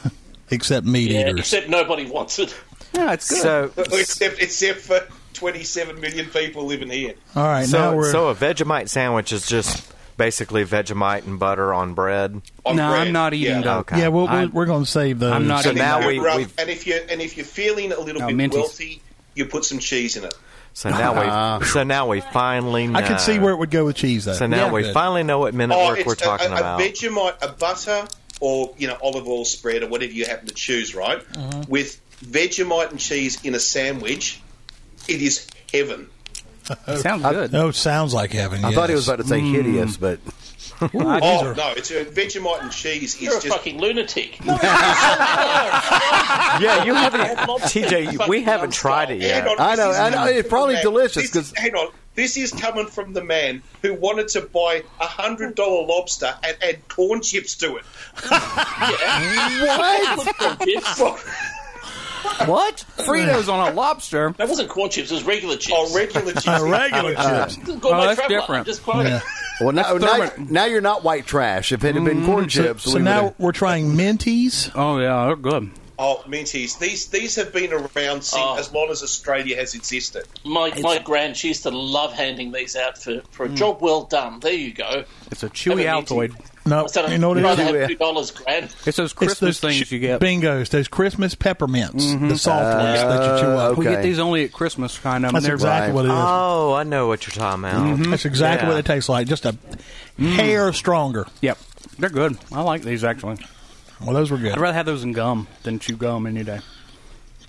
except meat Yeah, eaters. except nobody wants it. Yeah, it's good. So, Except, except for 27 million people living here. All right, now so, we're so a Vegemite sandwich is just basically Vegemite and butter on bread. On no, bread. I'm not eating Yeah. dough. Okay. yeah, we'll, we're, I'm- we're going to save those. I'm not So eating now dough. we- Rough- we've- and if you and if you're feeling a little No, bit Minties. wealthy, you put some cheese in it. So now we, so now we finally. Know. I could see where it would go with cheese, though. So now we Good. finally know what Oh, minute work Oh, it's we're a- talking a, about. A Vegemite, a butter, or you know olive oil spread, or whatever you happen to choose, right? Mm-hmm. With Vegemite and cheese in a sandwich, it is heaven. It [LAUGHS] sounds good. Oh, it sounds like heaven. I yes. thought he was about to say hideous, but oh no, it's a Vegemite and cheese You're a is just fucking lunatic. [LAUGHS] yeah, you haven't, I'd love to TJ. fucking We haven't nonstop. tried it Hang yet. on, I this know, is I know, coming it's from probably the man- delicious, this- 'cause- hang on, this is coming from the man who wanted to buy a hundred dollar lobster and add corn chips [LAUGHS] to it. [LAUGHS] what? that [LAUGHS] What? Fritos on a lobster? wasn't corn chips, it was regular chips. Oh, Or Oh, regular [LAUGHS] [LAUGHS] chips. regular chips. This is gourmet Oh, that's traveler. different. I'm just quoting. Yeah. Well, now, now, Thurman. now you're not white trash. If it had been corn chips, So, we now would've- we're trying Minties. Oh yeah, they're good. Oh, minties. These these have been around since Oh. as long as Australia has existed. My, my grand, she used to love handing these out for, for a Mm. job well done. There you go. It's a chewy Have a Altoid. No, So you know what it I'd is? rather Yeah. have two dollars, grand. It's those It's those Christmas things ch- you get. Mm-hmm. Bingos, those Christmas peppermints, the soft ones that you chew up. We Okay. get these only at Christmas, kind of. That's and Uh, they're- Uh, mm-hmm. exactly what it is. Oh, I know what you're talking about. Mm-hmm. [LAUGHS] That's exactly Yeah. what it tastes like. Just a Mm. hair stronger. Yep, they're good. I like these actually. Well, those were good. I'd rather have those in gum than chew gum any day.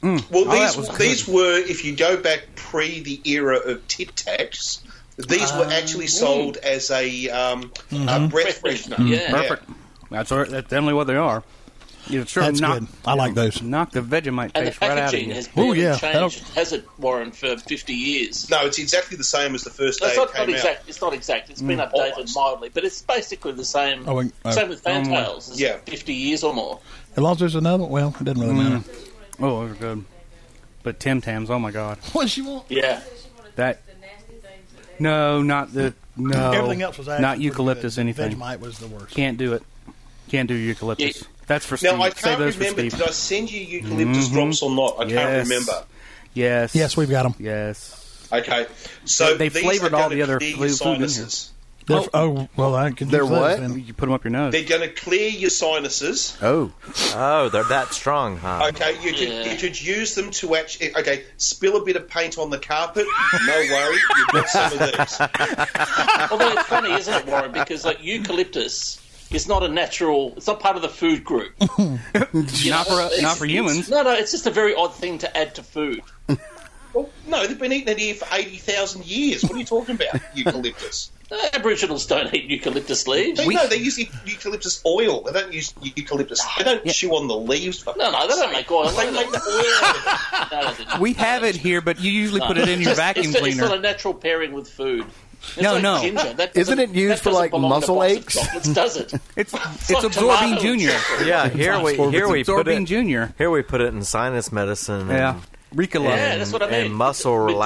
Well, Oh, that these was good. these were if you go back pre the era of Tic Tacs, these were Ah, actually sold as a, um, a breath freshener. Yeah. Mm-hmm. Perfect. That's what, that's definitely what they are. You sure That's knock, good. I like those. knock the Vegemite And the taste right out of packaging you. has Ooh, barely yeah, that'll- changed, has it, Warren, for 50 years? No, it's exactly the same as the first No, day it's it not, not came out. exact. It's not exact. It's been updated Almost. mildly, but it's basically the same. Mm. Oh, and- oh. same with fantails. It's Yeah. 50 years or more. As long as there's another, well, it doesn't Mm. really matter. [LAUGHS] Oh, those are good. But Tim Tams, oh my god, What she want? Yeah. that no, not the no. Everything else was actually not pretty eucalyptus good. anything. Vegemite was the worst. Can't do it. Can't do eucalyptus. Yeah. That's for Steve. Now I Save can't those for remember. Steve. Mm-hmm. Did I send you eucalyptus drops or not? I Yes. can't remember. Yes. Yes, we've got them. Yes. Okay, so They- they these flavored are all gonna the other clear your food- food in here. sinuses. Oh, oh, well, I could. They're use those what? then. You put them up your nose. They're going to clear your sinuses. oh, Oh, they're that strong, huh? Okay, you could Yeah. you could use them to actually okay spill a bit of paint on the carpet. No worry, you've got some of these. Although it's funny, isn't it, Warren? Because like eucalyptus is not a natural. It's not part of the food group. [LAUGHS] You Not for- uh, know, it's- not for it's- humans. No, no. It's just a very odd thing to add to food. Well, Oh, no, they've been eating it here for eighty thousand years. What are you talking about, [LAUGHS] eucalyptus? Uh, Aboriginals don't eat eucalyptus leaves. They, no, they use eu- eucalyptus oil. They don't use eucalyptus. They don't chew on the leaves. For No, no, they don't make oil. They make the oil. [LAUGHS] No, they don't. we have it here, but you usually put it in your It's- vacuum [LAUGHS] it's, It's not cleaner. a natural pairing with food. It's No, like no. Ginger. That Isn't doesn't- it used that for, doesn't like, belong in a muscle box of aches? chocolates, does it? [LAUGHS] It's it's, like absorbing tomato junior. chips. Yeah, here we here we it's put absorbing it. junior. Here we put it in sinus medicine. Yeah. And, Ricola. Yeah, that's what I mean. And muscle Medicinal.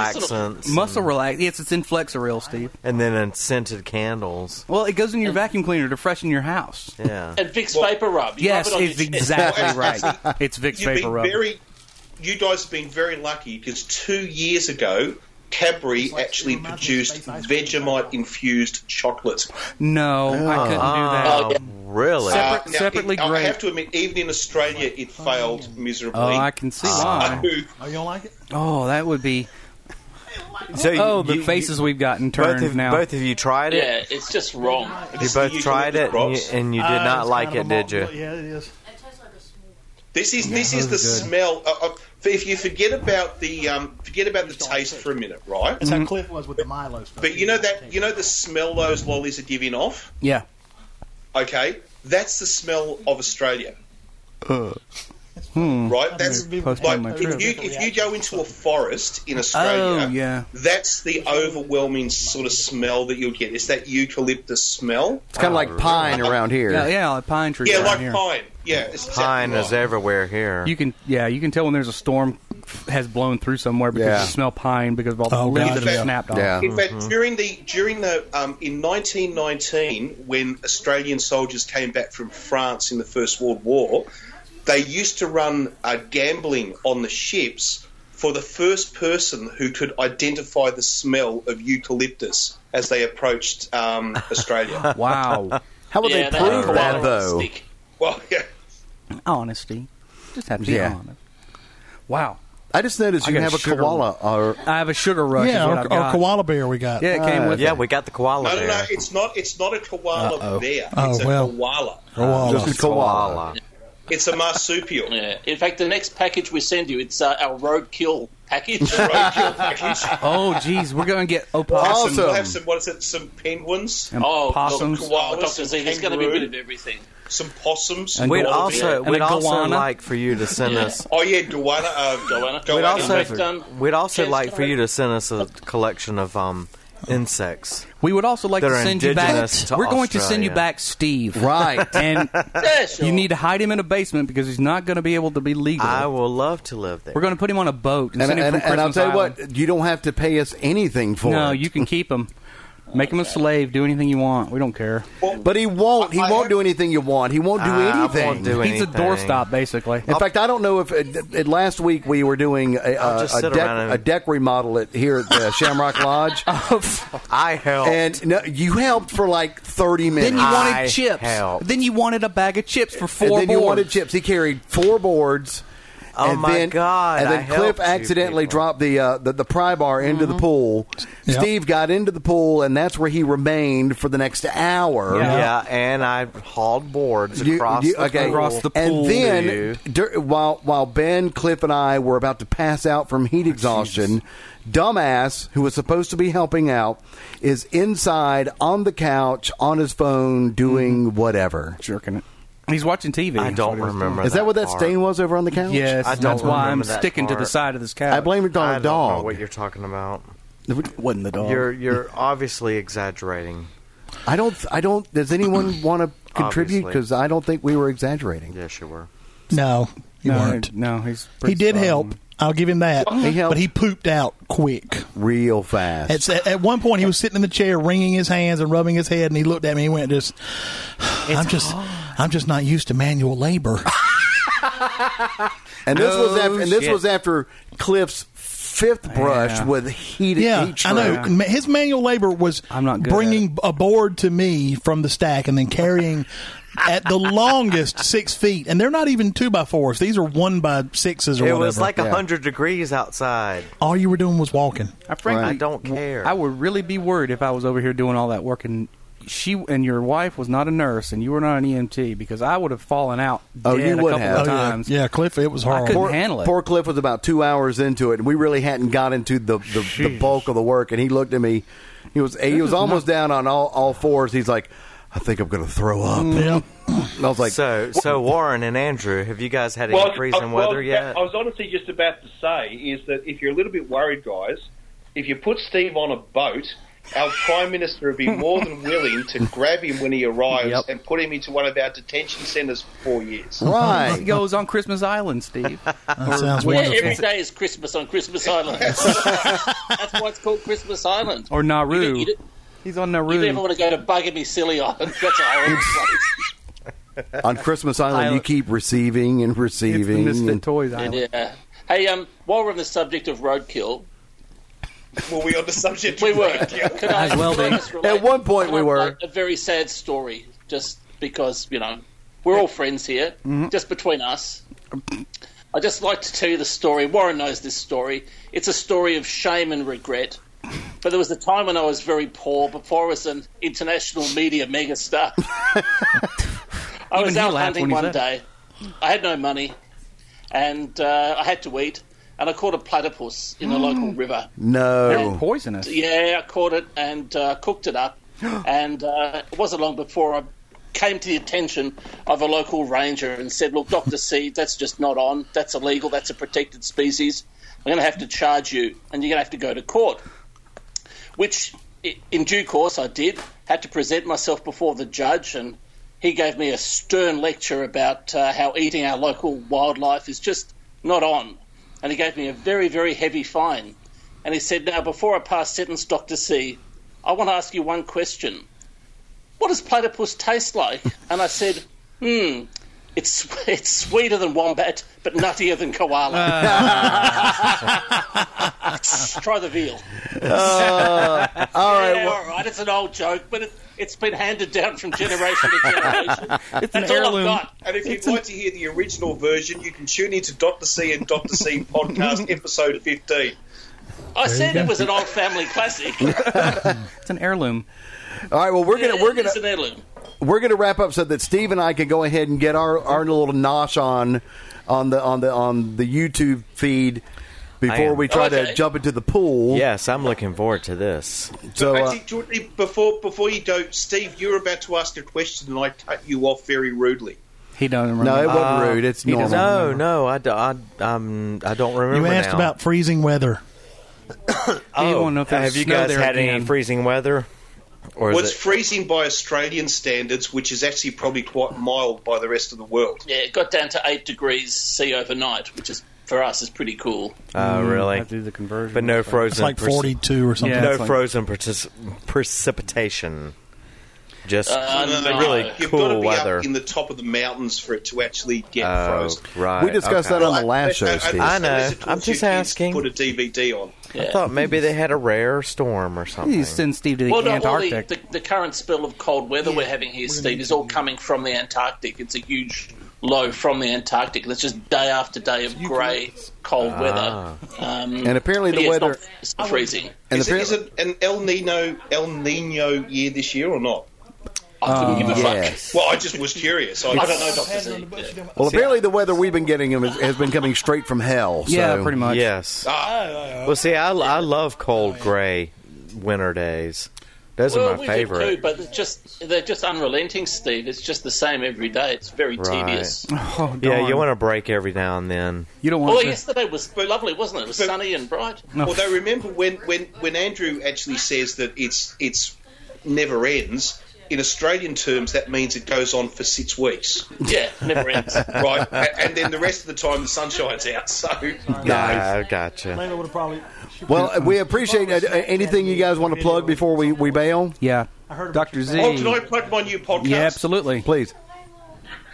relaxants. Muscle relax. Yes, it's in Flexeril, Steve. And then in scented candles. Well, it goes in your vacuum cleaner to freshen your house. Yeah. And Vicks Vapor Rub. You Yes, rub it on it's your chest. exactly [LAUGHS] right. It's Vicks You've Vapor been Rub. very. You guys have been very lucky because two years ago. Cadbury actually produced Vegemite infused chocolate. No, I couldn't do that. Oh, yeah. really? Separate- now, it- separately I great. have to admit, even in Australia, it failed miserably. Oh, I can see why. Who- Oh, you don't like it? Oh, that would be. So you- Oh, the you- faces we've gotten Both turned of, now. both of you tried it. Yeah, it's just wrong. You This both is tried it, and you, eucalyptus and you did Uh, not it's like kind it, of did a malt- you? Yeah, it is. This is this oh, is the smell. Of, of, if you forget about the um, forget about the taste for a minute, right? Mm-hmm. That's how Cliff was with the Milo stuff. But you know that you know the smell those lollies are giving off. Yeah. Okay, that's the smell of Australia. Hmm. Right, that's never been like Post on my if you trip. if you go into a forest in Australia, Oh, yeah. that's the overwhelming sort of smell that you'll get. It's that eucalyptus smell. it's kind of like pine around [LAUGHS] here. Yeah, yeah, like pine trees. Yeah, around like here. pine. Yeah, it's exactly Pine is right. everywhere here. You can, yeah, you can tell when there's a storm has blown through somewhere because Yeah. you smell pine because of all the Oh, leaves God, that have yeah. snapped off. Yeah. In fact, during the during the um, in 1919, when Australian soldiers came back from France in the First World War, they used to run uh, gambling on the ships for the first person who could identify the smell of eucalyptus as they approached um, Australia. Wow. How will yeah, they that was prove quite that a though? stick. well, yeah. Honesty. Just have to be Yeah. honest. Wow. I just noticed I you got have a sugar- koala or I have a sugar rush. yeah, is what our, I've our got. koala bear we got. Yeah, it came with Yeah, it. we got the koala No, no, there. no, it's not. It's not a koala there. Oh, It's a well. koala. Koala. just a koala. It's a marsupial. Yeah. In fact, the next package we send you, it's uh, our roadkill [LAUGHS] package. Roadkill package. Oh, geez, we're gonna get opossum. Have some, Awesome. have some. What is it? Some penguins. and oh, possums. Dr. Wow, Dr. Z, there's going to be a bit Kangaroo. of everything. some possums. And We'd Koala also bear. we'd And a also goanna. like for you to send us. Oh yeah, Duana. Uh, Goanna. We'd Goanna. also We've done- we'd also Cheers, like go for you ahead. to send us a collection of um insects. We would also like They're to send you back. indigenous to we're going to send you Australia. back, Steve. Right. [LAUGHS] and Yeah, sure. Uh, you need to hide him in a basement because he's not going to be able to be legal. I will love to live there. we're going to put him on a boat and, And, send him and, from and I'll Christmas tell you Island. what, you don't have to pay us anything for No, it. you can keep him. Make him a slave. Do anything you want. We don't care. But he won't. He I- I won't have- do anything you want. He won't do I anything. won't do He's a anything. doorstop, basically. In fact, I don't know if uh, uh, last week we were doing a, I'll uh, just a, sit around deck, and- a deck remodel at, here at [LAUGHS] the Shamrock Lodge, I help. and no, you helped for like thirty minutes. then you wanted I chips. help. Then you wanted a bag of chips for and four then you boards. wanted chips. He carried four boards. Oh, and my then, God, And I then Cliff helped you accidentally people. Mm-hmm. dropped the, uh, the the pry bar into the pool. Yep. Steve got into the pool, and that's where he remained for the next hour. yeah, and I hauled boards You- across you- the okay. pool. Across the pool. And then, You. dur- while while Ben, Cliff, and I were about to pass out from Oh, heat exhaustion, dumbass who was supposed to be helping out is inside on the couch on his phone doing Mm-hmm. whatever. jerking it. He's watching TV. I That's what don't he was remember. Is that what that part. stain was over on the couch? doing. Yes, I and don't that's why I'm remember that sticking to the part. side of this couch. I blame it I on don't a dog. know what you're talking about. it wasn't the dog. You're you're obviously exaggerating. I don't. I don't. [CLEARS THROAT] Does anyone want to contribute? Obviously. Because I don't think we were exaggerating. Yes, you were. No, you no, weren't. No, he's He did um, help. I'll give him that. He helped. But he pooped out quick. Real fast. At, at one point, he was sitting in the chair, wringing his hands and rubbing his head, and he looked at me and went, "Just, I'm just, I'm just not used to manual labor." and this was No after. And this Oh, shit. was after Cliff's fifth brush Yeah. with heat. yeah, heat I know. stroke. Ma- His manual labor was I'm not good bringing a board to me from the stack and then carrying at the longest six feet, and they're not even two by fours; these are one by sixes or It whatever. was like Yeah. a hundred degrees outside. all you were doing was walking. I frankly I don't care. I would really be worried if I was over here doing all that work and she and your wife was not a nurse and you were not an EMT because I would have fallen out Oh, dead you a would couple have. of Oh, times. yeah, yeah, Cliff, it was I hard. couldn't Poor, handle it. poor Cliff was about two hours into it, and we really hadn't got into the, the, the bulk of the work. And he looked at me. He was he was almost down on all, all fours. He's like, I think I'm going to throw up. Mm. Yeah. And I was like, so so Warren and Andrew, have you guys had any Well, I- freezing I- well, weather yet? I was honestly just about to say is that if you're a little bit worried, guys, if you put Steve on a boat, Our prime minister would be more than willing to grab him when he arrives Yep. and put him into one of our detention centres for four years. It [LAUGHS] right. goes on Christmas Island, [LAUGHS] Steve. That sounds Yeah, wonderful. every day is Christmas on [LAUGHS] Christmas Island. That's why it's called Christmas Island. or You, Nauru. don't- you, don't- He's on you Nauru. never want to go to Bugamy Silly Island. That's a horrible place. On Christmas Island, I- you keep receiving and it's the receiving. Misfit and- Toys Island. Yeah. Hey, um, while we're on the subject of roadkill, Were we on the subject? we of were. roadkill? Could I, As well could I be. just relate- At one point could we I were. relate A very sad story, just because you know we're all friends here, Mm-hmm. just between us. I just like to tell you the story. Warren knows this story. It's a story of shame and regret. But there was a time when I was very poor, before I was an international media [LAUGHS] megastar. I was he out laughed hunting when he one said day. I had no money, and uh, I had to eat. And I caught a platypus in Mm. the local river. No. It's Poisonous. Yeah, I caught it and uh, cooked it up. and uh, it wasn't long before I came to the attention of a local ranger and said, Look, Dr. C, that's just not on. That's illegal. That's a protected species. I'm going to have to charge you, and you're going to have to go to court. Which, i- in due course, I did. Had to present myself before the judge, and he gave me a stern lecture about uh, how eating our local wildlife is just not on. and he gave me a very, very heavy fine. And he said, Now, before I pass sentence, Dr. C, I want to ask you one question. What does platypus taste like? And I said, Hmm, it's, it's sweeter than wombat, but nuttier than koala. [LAUGHS] Try the veal. All right. Yeah, all right. It's an old joke, but it, it's been handed down from generation to generation. It's an That's all I've heirloom. got. And if you'd like to hear the original version, you can tune into Dr. C and Dr. C podcast episode 15. I you said go. it was an old family classic. It's an heirloom. All right. Well, we're gonna [LAUGHS] we're gonna It's an heirloom. we're gonna wrap up so that Steve and I can go ahead and get our our little nosh on on the on the on the YouTube feed before am. we try to Okay. jump into the pool. Yes, I'm looking forward to this. So uh, Actually, Jordan, before before you go, Steve, you were about to ask a question, and I cut you off very rudely. He doesn't remember. no, it wasn't rude. It's Uh, he normal. doesn't No, no, I, do, I, um, I don't remember. You asked now. about freezing weather. He Oh, won't know if there's have you snow guys there had any again. freezing weather? Or Well, it's is it, freezing by Australian standards, which is actually probably quite mild by the rest of the world. Yeah, it got down to eight degrees C overnight, which is for us is pretty cool. oh, really? Mm, I do the conversion. But no It's like- frozen. It's like precip- 42 or something. Yeah. no it's like- frozen partic- precipitation. Just Uh, no. really You've got to cool be weather. up in the top of the mountains for it to actually get oh, frozen. Uh, right. we discussed okay. that on the Well, last I- I- show, I- Steve. I know. unless it I'm was just your kids asking. to Put a DVD on. I thought maybe they had a rare storm or something. You send Steve to the Well, no, all the, Antarctic. the, the current spell of cold weather we're having here, Steve, is all coming from the Antarctic. It's a huge low from the Antarctic. It's just day after day of grey, cold weather. Um, And apparently but the yeah, it's weather- not- it's not freezing. And Is it, apparently- is it an El Nino El Nino year this year or not? I couldn't give a fuck. yes. Well, I just was curious. I, I don't don't know, know. [LAUGHS] Doctor Z. Yeah. Well, apparently the weather we've been getting has has been coming straight from hell. yeah, so- pretty much. Yes. Oh, well, see, I, I love cold, gray winter days. Those Well, are my we favorite. do too, but it's just they're just unrelenting, Steve. It's just the same every day. It's very Right. tedious. Oh, darn. yeah, you want a break every now and then. You don't want Well, to. yesterday was lovely, wasn't it? It was sunny and bright. Although Ah. remember when, when, when Andrew actually says that it's it's never ends. In Australian terms, that means it goes on for six weeks, Yeah, never ends. right? A- and then the rest of the time, the sun shines out. So oh, Yeah, I gotcha. Well, we appreciate uh, anything you guys want to plug before we, we bail. Yeah. heard about Dr. Z. Oh, can I plug my new podcast? yeah, absolutely. Please.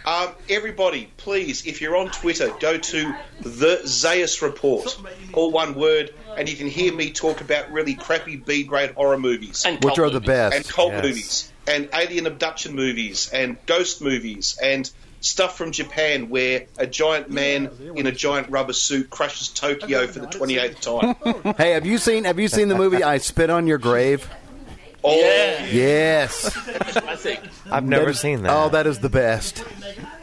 Um, everybody, please, if you're on Twitter, go to the Zaius Report, all one word, and you can hear me talk about really crappy B grade horror movies And Which cold are the movies. and best? cult Yes. movies and alien abduction movies and ghost movies and stuff from Japan where a giant man in a giant rubber suit crushes Tokyo for the 28th time. Hey, have you seen have you seen the movie I Spit on Your Grave? Oh, Yeah, Yes. I think. I've never is- seen that. uh, Oh, that is the best.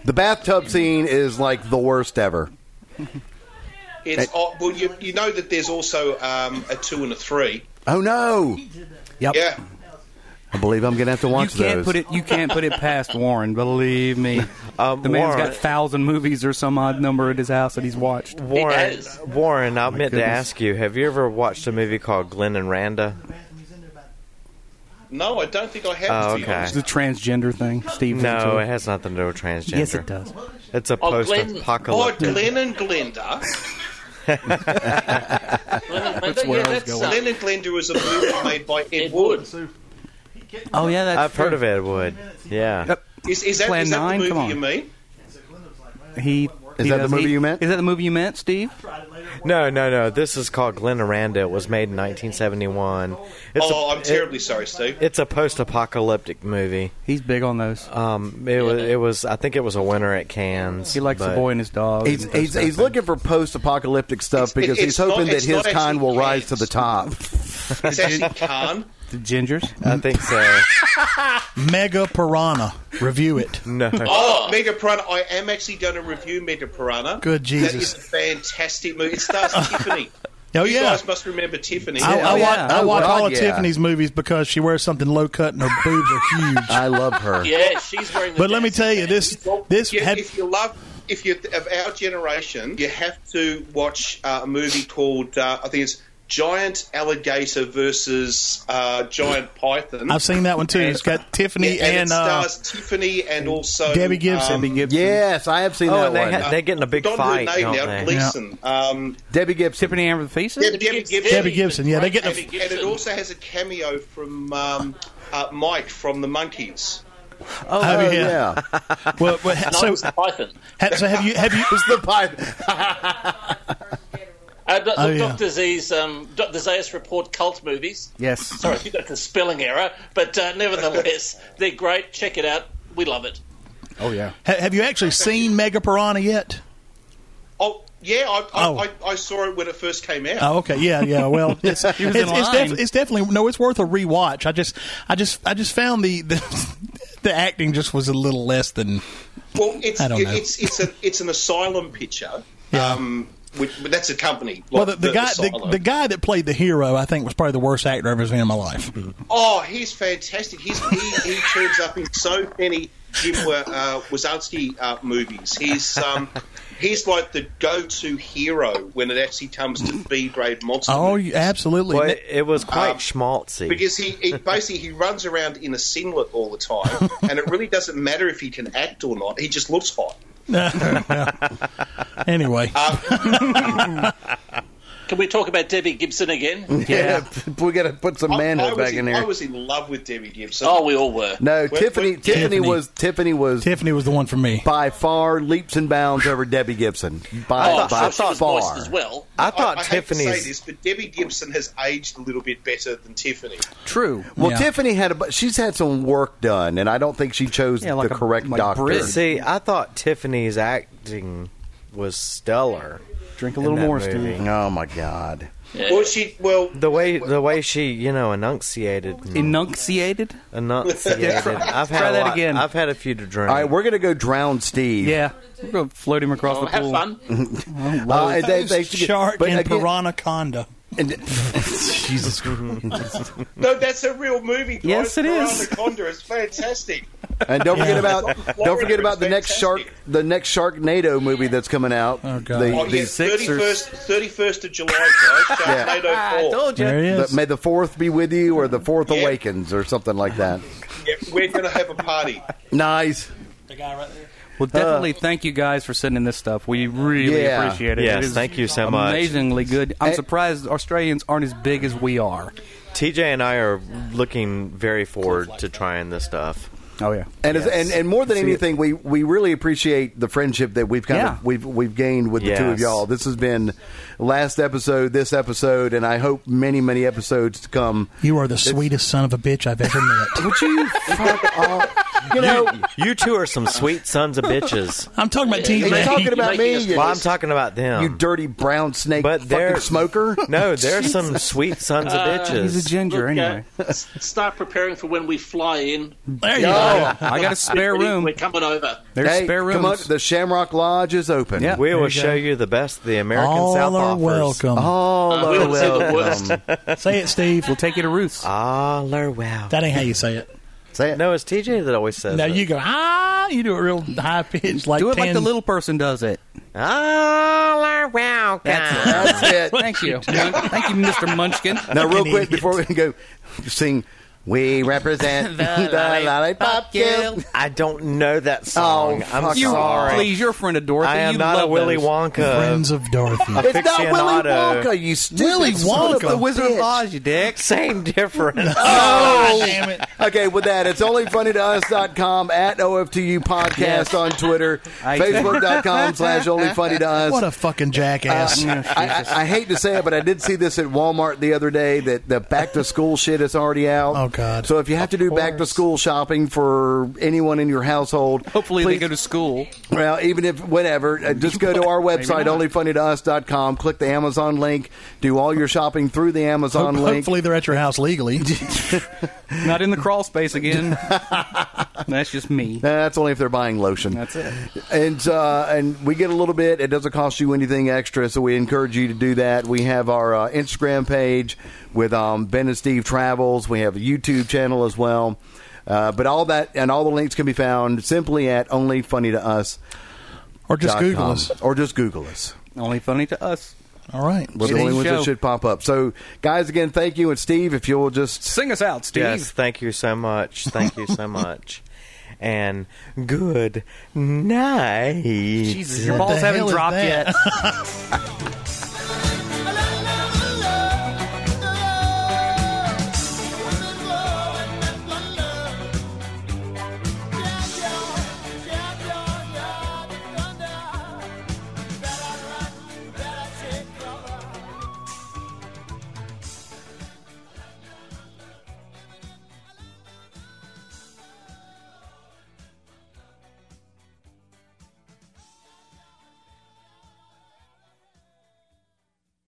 The bathtub scene is like the worst ever. It's, oh, well, you, you know that there's also um, a two and a three. Oh no! Yeah. I believe I'm gonna have to You watch can't those. put it. You can't put it past Warren. Believe me, [LAUGHS] Um, the man's Warren- got thousand movies or some odd number at his house that he's watched. Warren, does. Warren, I meant to Oh, goodness. ask you: Have you ever watched a movie called Glenn and Randa? No, I don't think I have. Oh, to be okay. honest. The transgender thing, Steve. No, it thinks has nothing to do with transgender. of. yes, it does. It's a Oh, Glenn- Oh, post-apocalyptic. Glenn and Glenda. Well, where yeah, I was that's, going. uh, Glenn and Glenda was a movie made by Ed Ed Wood. Wood. Oh yeah, that's I've heard of Ed Wood. Yeah. Yep. Is, is that, Plan is that Nine? the Come movie on. you mean? He Is he that the does- movie he- you meant? Is that the movie you meant, Steve? No, no, no. This is called Glen Aranda. It was made in 1971. It's a, oh, i I'm terribly [LAUGHS] sorry, Steve. It, it's a post-apocalyptic movie. He's big on those. Um, it was. It was. I think it was a winner at Cannes. He likes but the boy and his dog. He's, and those he's, kind of he's looking for post-apocalyptic stuff It's- it- because he's it's not- hoping that it's not his kind will actually rise AIDS. to the top. It's actually Khan. the gingers. I think so. [LAUGHS] Mega Piranha. Review it. No. Oh, Mega Piranha. I am actually going to review Mega Piranha. Good That is Jesus. a fantastic movie. [LAUGHS] It stars Tiffany. Oh, you yeah. guys must remember Tiffany. I, I, Oh, watch, yeah. I Oh, watch God, all of yeah. Tiffany's movies because she wears something low cut and her boobs are huge. I love her. yeah, she's wearing. The But let me gas tell you, mask. this this You- had if you love, if you're of our generation, you have to watch uh, a movie called uh, I think it's giant alligator versus uh, giant python. I've seen that one too. It's got Tiffany Yeah, and, and it uh, stars Tiffany and also Debbie Gibson. um, Debbie Gibson. Yes, I have seen Oh, that and they one. ha- they get in a big Don fight, Renee don't now, they? Gleason. Um, Debbie [LAUGHS] Gibson. Tiffany Amber the Feces? Debbie, Debbie Gibson. Debbie Gibson. Yeah, they get and, the. and it also has a cameo from um, uh, Mike from the Monkeys. Oh, Oh, yeah. yeah. [LAUGHS] Well, well, ha- so, was Python. ha- so have you have you? It's the pipe. Uh, do- Oh, look, yeah. Dr. Z's, um, Dr. Zayas report cult movies. Yes. [LAUGHS] Sorry, you got the spelling error, but uh, [LAUGHS] nevertheless, they're great. Check it out. We love it. Oh, yeah. ha- Have you actually seen Mega Piranha yet? Oh, yeah, I, I, Oh. I, I saw it when it first came out. Oh, okay, yeah, yeah. Well, it's it's, was in it's, line. def- it's definitely no. It's worth a rewatch. I just, I just, I just found the the, [LAUGHS] the acting just was a little less than. Well, it's I don't it- know. it's it's a it's an asylum picture. Yeah. Um, which, but that's a company. Well, Like the, the guy, the, asylum. the guy that played the hero, I think, was probably the worst actor I've ever seen in my life. Oh, he's fantastic. He's, he, he turns up in so many Jim uh, Wazowski uh, movies. [LAUGHS] He's um, he's like the go-to hero when it actually comes to B-grade monster. Oh, movies. you- absolutely. Well, it, it was quite Um, schmaltzy. Because he, he basically he runs around in a singlet all [LAUGHS] the time, and it really doesn't matter if he can act or not. He just looks hot. [LAUGHS] anyway, Uh, Can we talk about Debbie Gibson [LAUGHS] again? Yeah, we got to put some I, I was manhood back in, in there. I was in love with Debbie Gibson. Oh, we all were. No, Tiffany, wait, Tiffany. Tiffany. was Tiffany was Tiffany was the one for me. by far leaps and bounds over Debbie Gibson. By, oh, I'm by sure she was far. moist as well. I thought I, I hate to Tiffany's. say this, but Debbie Gibson has aged a little bit better than Tiffany. True. Well, Yeah. Tiffany had a bu- she's had some work done, and I don't think she chose Yeah, like the a- correct like doctor. Brit. See, I thought Tiffany's acting was stellar. Drink a in little that more, movie. Steve. Oh my God! Well, she well The way the way she you know enunciated and Enunciated? [LAUGHS] enunciated. I've had try a that lot- again. I've had a few to drink. All right, we're gonna go drown Steve. Yeah. We're going to float him across Oh, the have pool. fun. Uh, and they- they- Shark but and again- Mm-hmm. Piranha Conda. and- Jesus Christ! No, that's a real movie. Guys. Yes, it Piranha is. Conda is [LAUGHS] fantastic. And don't forget Yeah. about don't forget about the next shark the next Sharknado movie that's coming out. Oh, God. The- Oh, the- yeah, Sixers. Ah, thirty first, thirty first of July, [LAUGHS] guys. Sharknado Four. There he the- is. may the fourth be with you, or the fourth Yeah. awakens, or something like that. Yeah, we're going to have a party. Nice. The guy right there. Well, definitely thank you guys for sending this stuff. We really Yeah. appreciate it. it Yes, is thank you so much. amazingly good. I'm Eh. surprised Australians aren't as big as we are. TJ and I are looking very forward to trying this stuff. Oh, yeah. And, as, and and more than anything, we, we really appreciate the friendship that we've kind Yeah. of we've we've gained with the two of Yes. y'all. This has been last episode, this episode, and I hope many many episodes to come. You are the sweetest son of a bitch I've ever met. Would you fuck off? You know, You two are some sweet sons of bitches. I'm talking about TJ. you're talking about making me, us you, Well, I'm talking about them. you dirty brown snake But fucking they're- smoker. No, they're some sweet sons He's of a bitches. ginger, Look, uh, anyway. [LAUGHS] s- start preparing for when we fly in. there you go. I got a [LAUGHS] spare We're- room. We're coming over. There's hey, spare rooms. come on, the Shamrock Lodge is open. Yeah. We There will you go. show you the best the American All South are offers. welcome. All Uh, we are don't say the welcome. worst. Say it, Steve. We'll take you to Ruth's. All are welcome. That ain't how you say it. Say it. No, it's TJ that always says. Now it. you go ah, you do it real high pitched like Do it like 10 the little person does it. All are welcome. That's it. [LAUGHS] That's it. Thank you. Thank you, Mr. [LAUGHS] Munchkin. Now, real quick, before we go, sing. We [LAUGHS] represent the, lollipop guild. I don't know that song. Oh, I'm fuck You sorry. please, you're a friend of Dorothy. I am you not love a Willy those. Wonka. friends of [LAUGHS] Dorothy. a It's not Willy aficionado. Wonka, you stupid Willy son of Wonka. a The Wizard of bitch. Oz, you dick. Same difference. oh, damn it! Okay, with that, it's onlyfunnytous.com, at OFTU podcast on Twitter, I- [LAUGHS] facebook.com slash onlyfunnytous. What a fucking jackass! I, I, I hate to say it, but I did see this at Walmart the other day that the back to school shit is already out. Oh, God. So if you have to do back to school shopping for anyone in your household, Hopefully please, they go to school. Well, even if whatever, uh, just go [LAUGHS] to our website, onlyfunnytous.com, click the Amazon link, do all your shopping through the Amazon Ho- [LAUGHS] link. Hopefully they're at your house [LAUGHS] legally. Not in the crawl space [LAUGHS] again. That's just me. Uh, That's only if they're buying lotion. That's it. And uh, and we get a little bit. It doesn't cost you anything extra, so we encourage you to do that. We have our uh, Instagram page with um, Ben and Steve Travels. We have a YouTube channel as well. Uh, but all that and all the links can be found simply at onlyfunnytous.com. or just Google us. or just Google us. Only funny to us. All right. We're the It only is ones show. that should pop up. So, guys, again, thank you. And Steve, if you'll just Sing us out, Steve. Yes, thank you so much. Thank you so much. And good night. Jesus, your What balls the haven't hell is dropped that? yet.